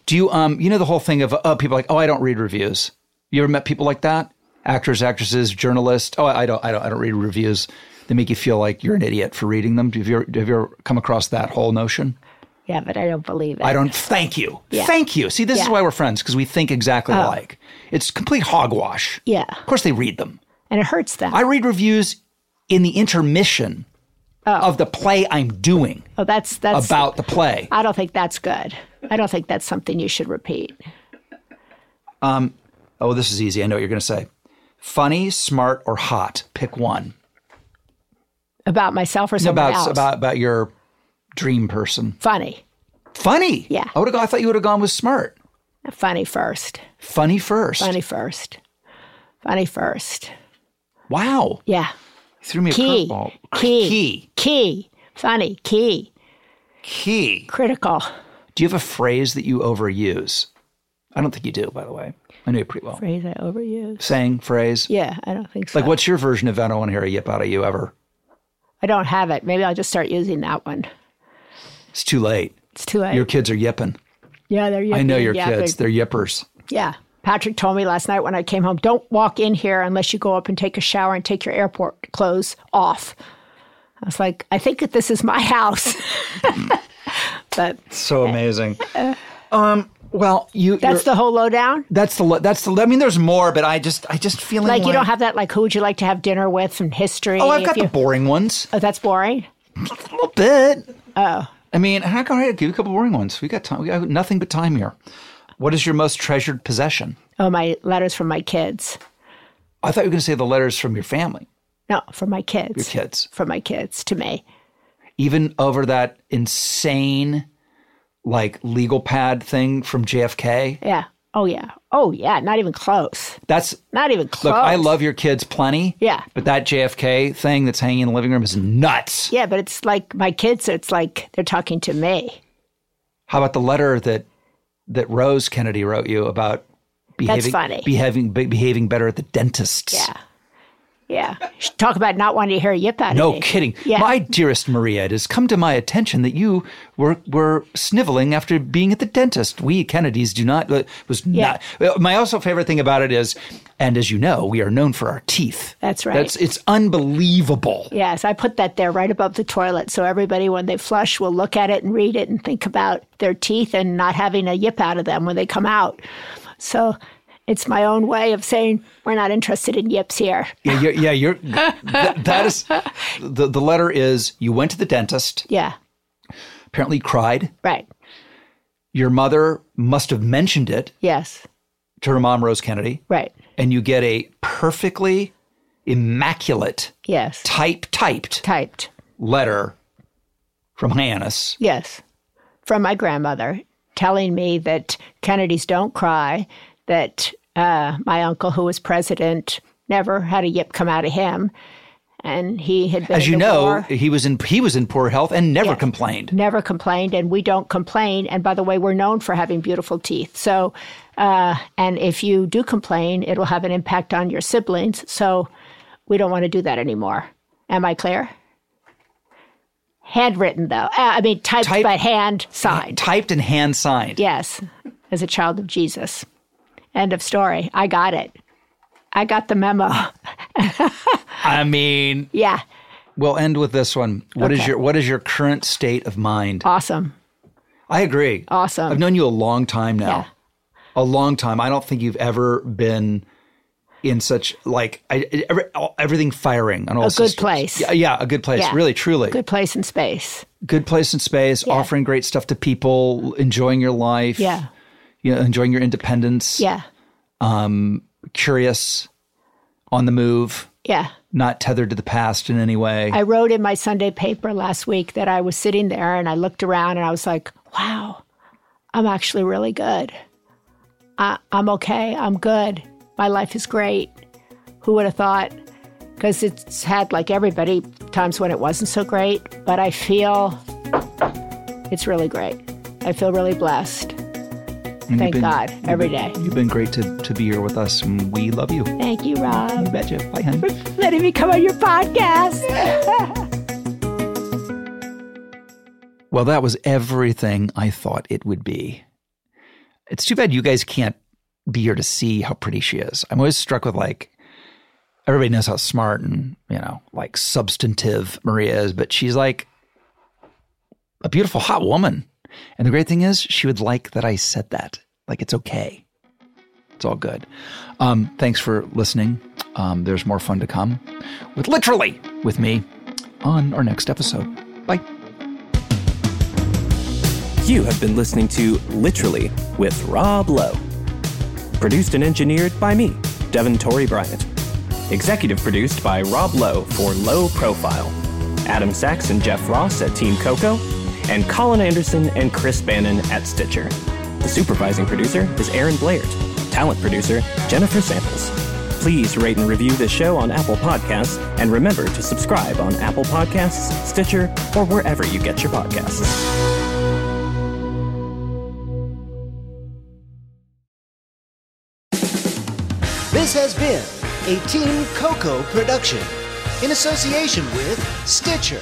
S1: Do you um you know the whole thing of uh, people like oh I don't read reviews. You ever met people like that? Actors, actresses, journalists. Oh I I don't I don't I don't read reviews. They make you feel like you're an idiot for reading them. Have you ever, have you ever come across that whole notion?
S5: Yeah, but I don't believe it.
S1: I don't. Thank you. Thank you. See, this is
S5: Yeah. Oh.
S1: why we're friends because we think exactly alike. It's complete hogwash.
S5: Yeah.
S1: Of course they read them.
S5: and it hurts them.
S1: I read reviews in the intermission of the play I'm doing
S5: oh, that's that's
S1: about the play.
S5: I don't think that's good. I don't think that's something you should repeat.
S1: Oh, this is easy. I know what you're going to say. Funny, smart, or hot? Pick one.
S5: About myself or someone
S1: about
S5: else.
S1: about about your dream person.
S5: Funny.
S1: Funny.
S5: Yeah.
S1: I would have. I thought you would have gone with smart.
S5: Funny first.
S1: Funny first.
S5: Funny first. Funny first.
S1: Wow.
S5: Yeah.
S1: You threw me
S5: Key.
S1: a curveball.
S5: Key.
S1: Key.
S5: Key. Funny. Key.
S1: Key.
S5: Critical.
S1: Do you have a phrase that you overuse? I don't think you do, by the way. I know you pretty well.
S5: Phrase I overuse.
S1: Saying phrase.
S5: Yeah, I don't think so.
S1: Like, what's your version of I don't want to hear a yip out of you ever?
S5: I don't have it. Maybe I'll just start using that one.
S1: It's too late.
S5: It's too late.
S1: Your kids are yipping.
S5: yeah, they're
S1: I know
S5: yipping,
S1: your
S5: yapping.
S1: kids. They're yippers.
S5: Yeah. Patrick told me last night when I came home, don't walk in here unless you go up and take a shower and take your airport clothes off. I was like, I think that this is my house. but
S9: So amazing.
S1: Um, Well, you.
S5: Uh. that's
S1: you're-
S5: the whole lowdown.
S1: That's the. lo- That's the. I mean, there's more, but I just. I just feeling
S5: Like,
S1: like
S5: you don't have that, like, who would you like to have dinner with and history?
S1: Oh, I've
S5: if
S1: got the
S5: you-
S1: boring ones.
S5: oh, that's boring.
S1: A little bit. Oh. I mean, how can I give you a couple boring ones? We got time. We got nothing but time here. What is your most treasured possession?
S5: Oh, my letters from my kids.
S1: I thought you were going to say the letters from your family,
S5: No, from my kids.
S1: your kids.
S5: From my kids to me.
S1: Even over that insane, like legal pad thing from JFK.
S5: Yeah. Oh, yeah. Oh, yeah. Not even close.
S1: That's
S5: Not even close.
S1: look. I love your kids plenty.
S5: Yeah.
S1: But that JFK thing that's hanging in the living room is nuts.
S5: Yeah, but it's like my kids, it's like they're talking to me.
S1: How about the letter that that Rose Kennedy wrote you about behaving
S5: funny.
S1: behaving be- behaving better at the dentist's?
S5: Yeah. Yeah. Sh- Talk about not wanting to hear a yip out of
S1: No
S5: me.
S1: kidding.
S5: Yeah.
S1: My dearest Maria, it has come to my attention that you were were sniveling after being at the dentist. We Kennedys do not uh, was
S5: Yeah.
S1: not. uh, My also favorite thing about it is, and as you know, we are known for our teeth.
S5: That's right.
S1: That's it's unbelievable.
S5: yes, I put that there right above the toilet so everybody, when they flush, will look at it and read it and think about their teeth and not having a yip out of them when they come out. So it's my own way of saying we're not interested in yips here.
S1: Yeah, you're, yeah. You're th- that is the the letter is you went to the dentist.
S5: Yeah.
S1: Apparently cried.
S5: Right.
S1: Your mother must have mentioned it
S5: Yes.
S1: to her mom, Rose Kennedy,
S5: Right.
S1: and you get a perfectly immaculate
S5: Yes.
S1: type typed
S5: Typed.
S1: letter from Hyannis.
S5: Yes, from my grandmother, telling me that Kennedys don't cry, that uh, my uncle, who was president, never had a yip come out of him, and he had been
S1: As
S5: in
S1: you
S5: the
S1: know,
S5: war,
S1: he was in he was in poor health and never
S5: Yeah.
S1: complained.
S5: never complained, and we don't complain. And by the way, we're known for having beautiful teeth. So, uh, and if you do complain, it'll have an impact on your siblings. So, we don't want to do that anymore. Am I clear? Handwritten though, uh, I mean typed,
S1: Type-
S5: but hand signed.
S1: Typed and hand signed.
S5: Yes, as a child of Jesus. End of story. I got it. I got the memo.
S1: I mean,
S5: Yeah,
S1: we'll end with this one. What is
S5: Okay.
S1: your what is your current state of mind?
S5: awesome.
S1: I agree.
S5: Awesome.
S1: I've known you a long time now.
S5: Yeah.
S1: A long time. I don't think you've ever been in such like I, every, everything firing on all
S5: A good
S1: systems.
S5: place.
S1: Yeah, yeah, a good place.
S5: Yeah.
S1: Really, truly.
S5: Good place in space.
S1: good place in space, offering great stuff to people, enjoying your life,
S5: Yeah.
S1: you know, enjoying your independence,
S5: Yeah,
S1: curious, on the move,
S5: yeah.
S1: not tethered to the past in any way.
S5: I wrote in my Sunday paper last week that I was sitting there and I looked around and I was like, wow, I'm actually really good. I, I'm okay. I'm good. My life is great. Who would have thought? Because it's had, like everybody, times when it wasn't so great, but I feel it's really great. I feel really blessed.
S1: And you've
S5: thank
S1: been-
S5: God,
S1: you've
S5: every
S1: been-
S5: day.
S1: You've been great to, to be here with us, and we love you.
S5: Thank you,
S1: You
S5: Rob.
S1: betcha. Bye, honey.
S5: Letting me come on your podcast.
S1: Well, that was everything I thought it would be. It's too bad you guys can't be here to see how pretty she is. I'm always struck with like everybody knows how smart and, you know, like substantive Maria is, but she's like a beautiful hot woman. And the great thing is she would like that I said that. Like it's okay. It's all good. Um, thanks for listening. Um, there's more fun to come with literally with me on our next episode. Bye.
S10: You have been listening to Literally with Rob Lowe. Produced and engineered by me, Devin Torrey Bryant. Executive produced by Rob Lowe for Low Profile. Adam Sachs and Jeff Ross at Team Coco. and Colin Anderson and Chris Bannon at Stitcher. The supervising producer is Aaron Blair. Talent producer, Jennifer Samples. Please rate and review this show on Apple Podcasts, and remember to subscribe on Apple Podcasts, Stitcher, or wherever you get your podcasts.
S11: This has been a Team Coco production in association with Stitcher.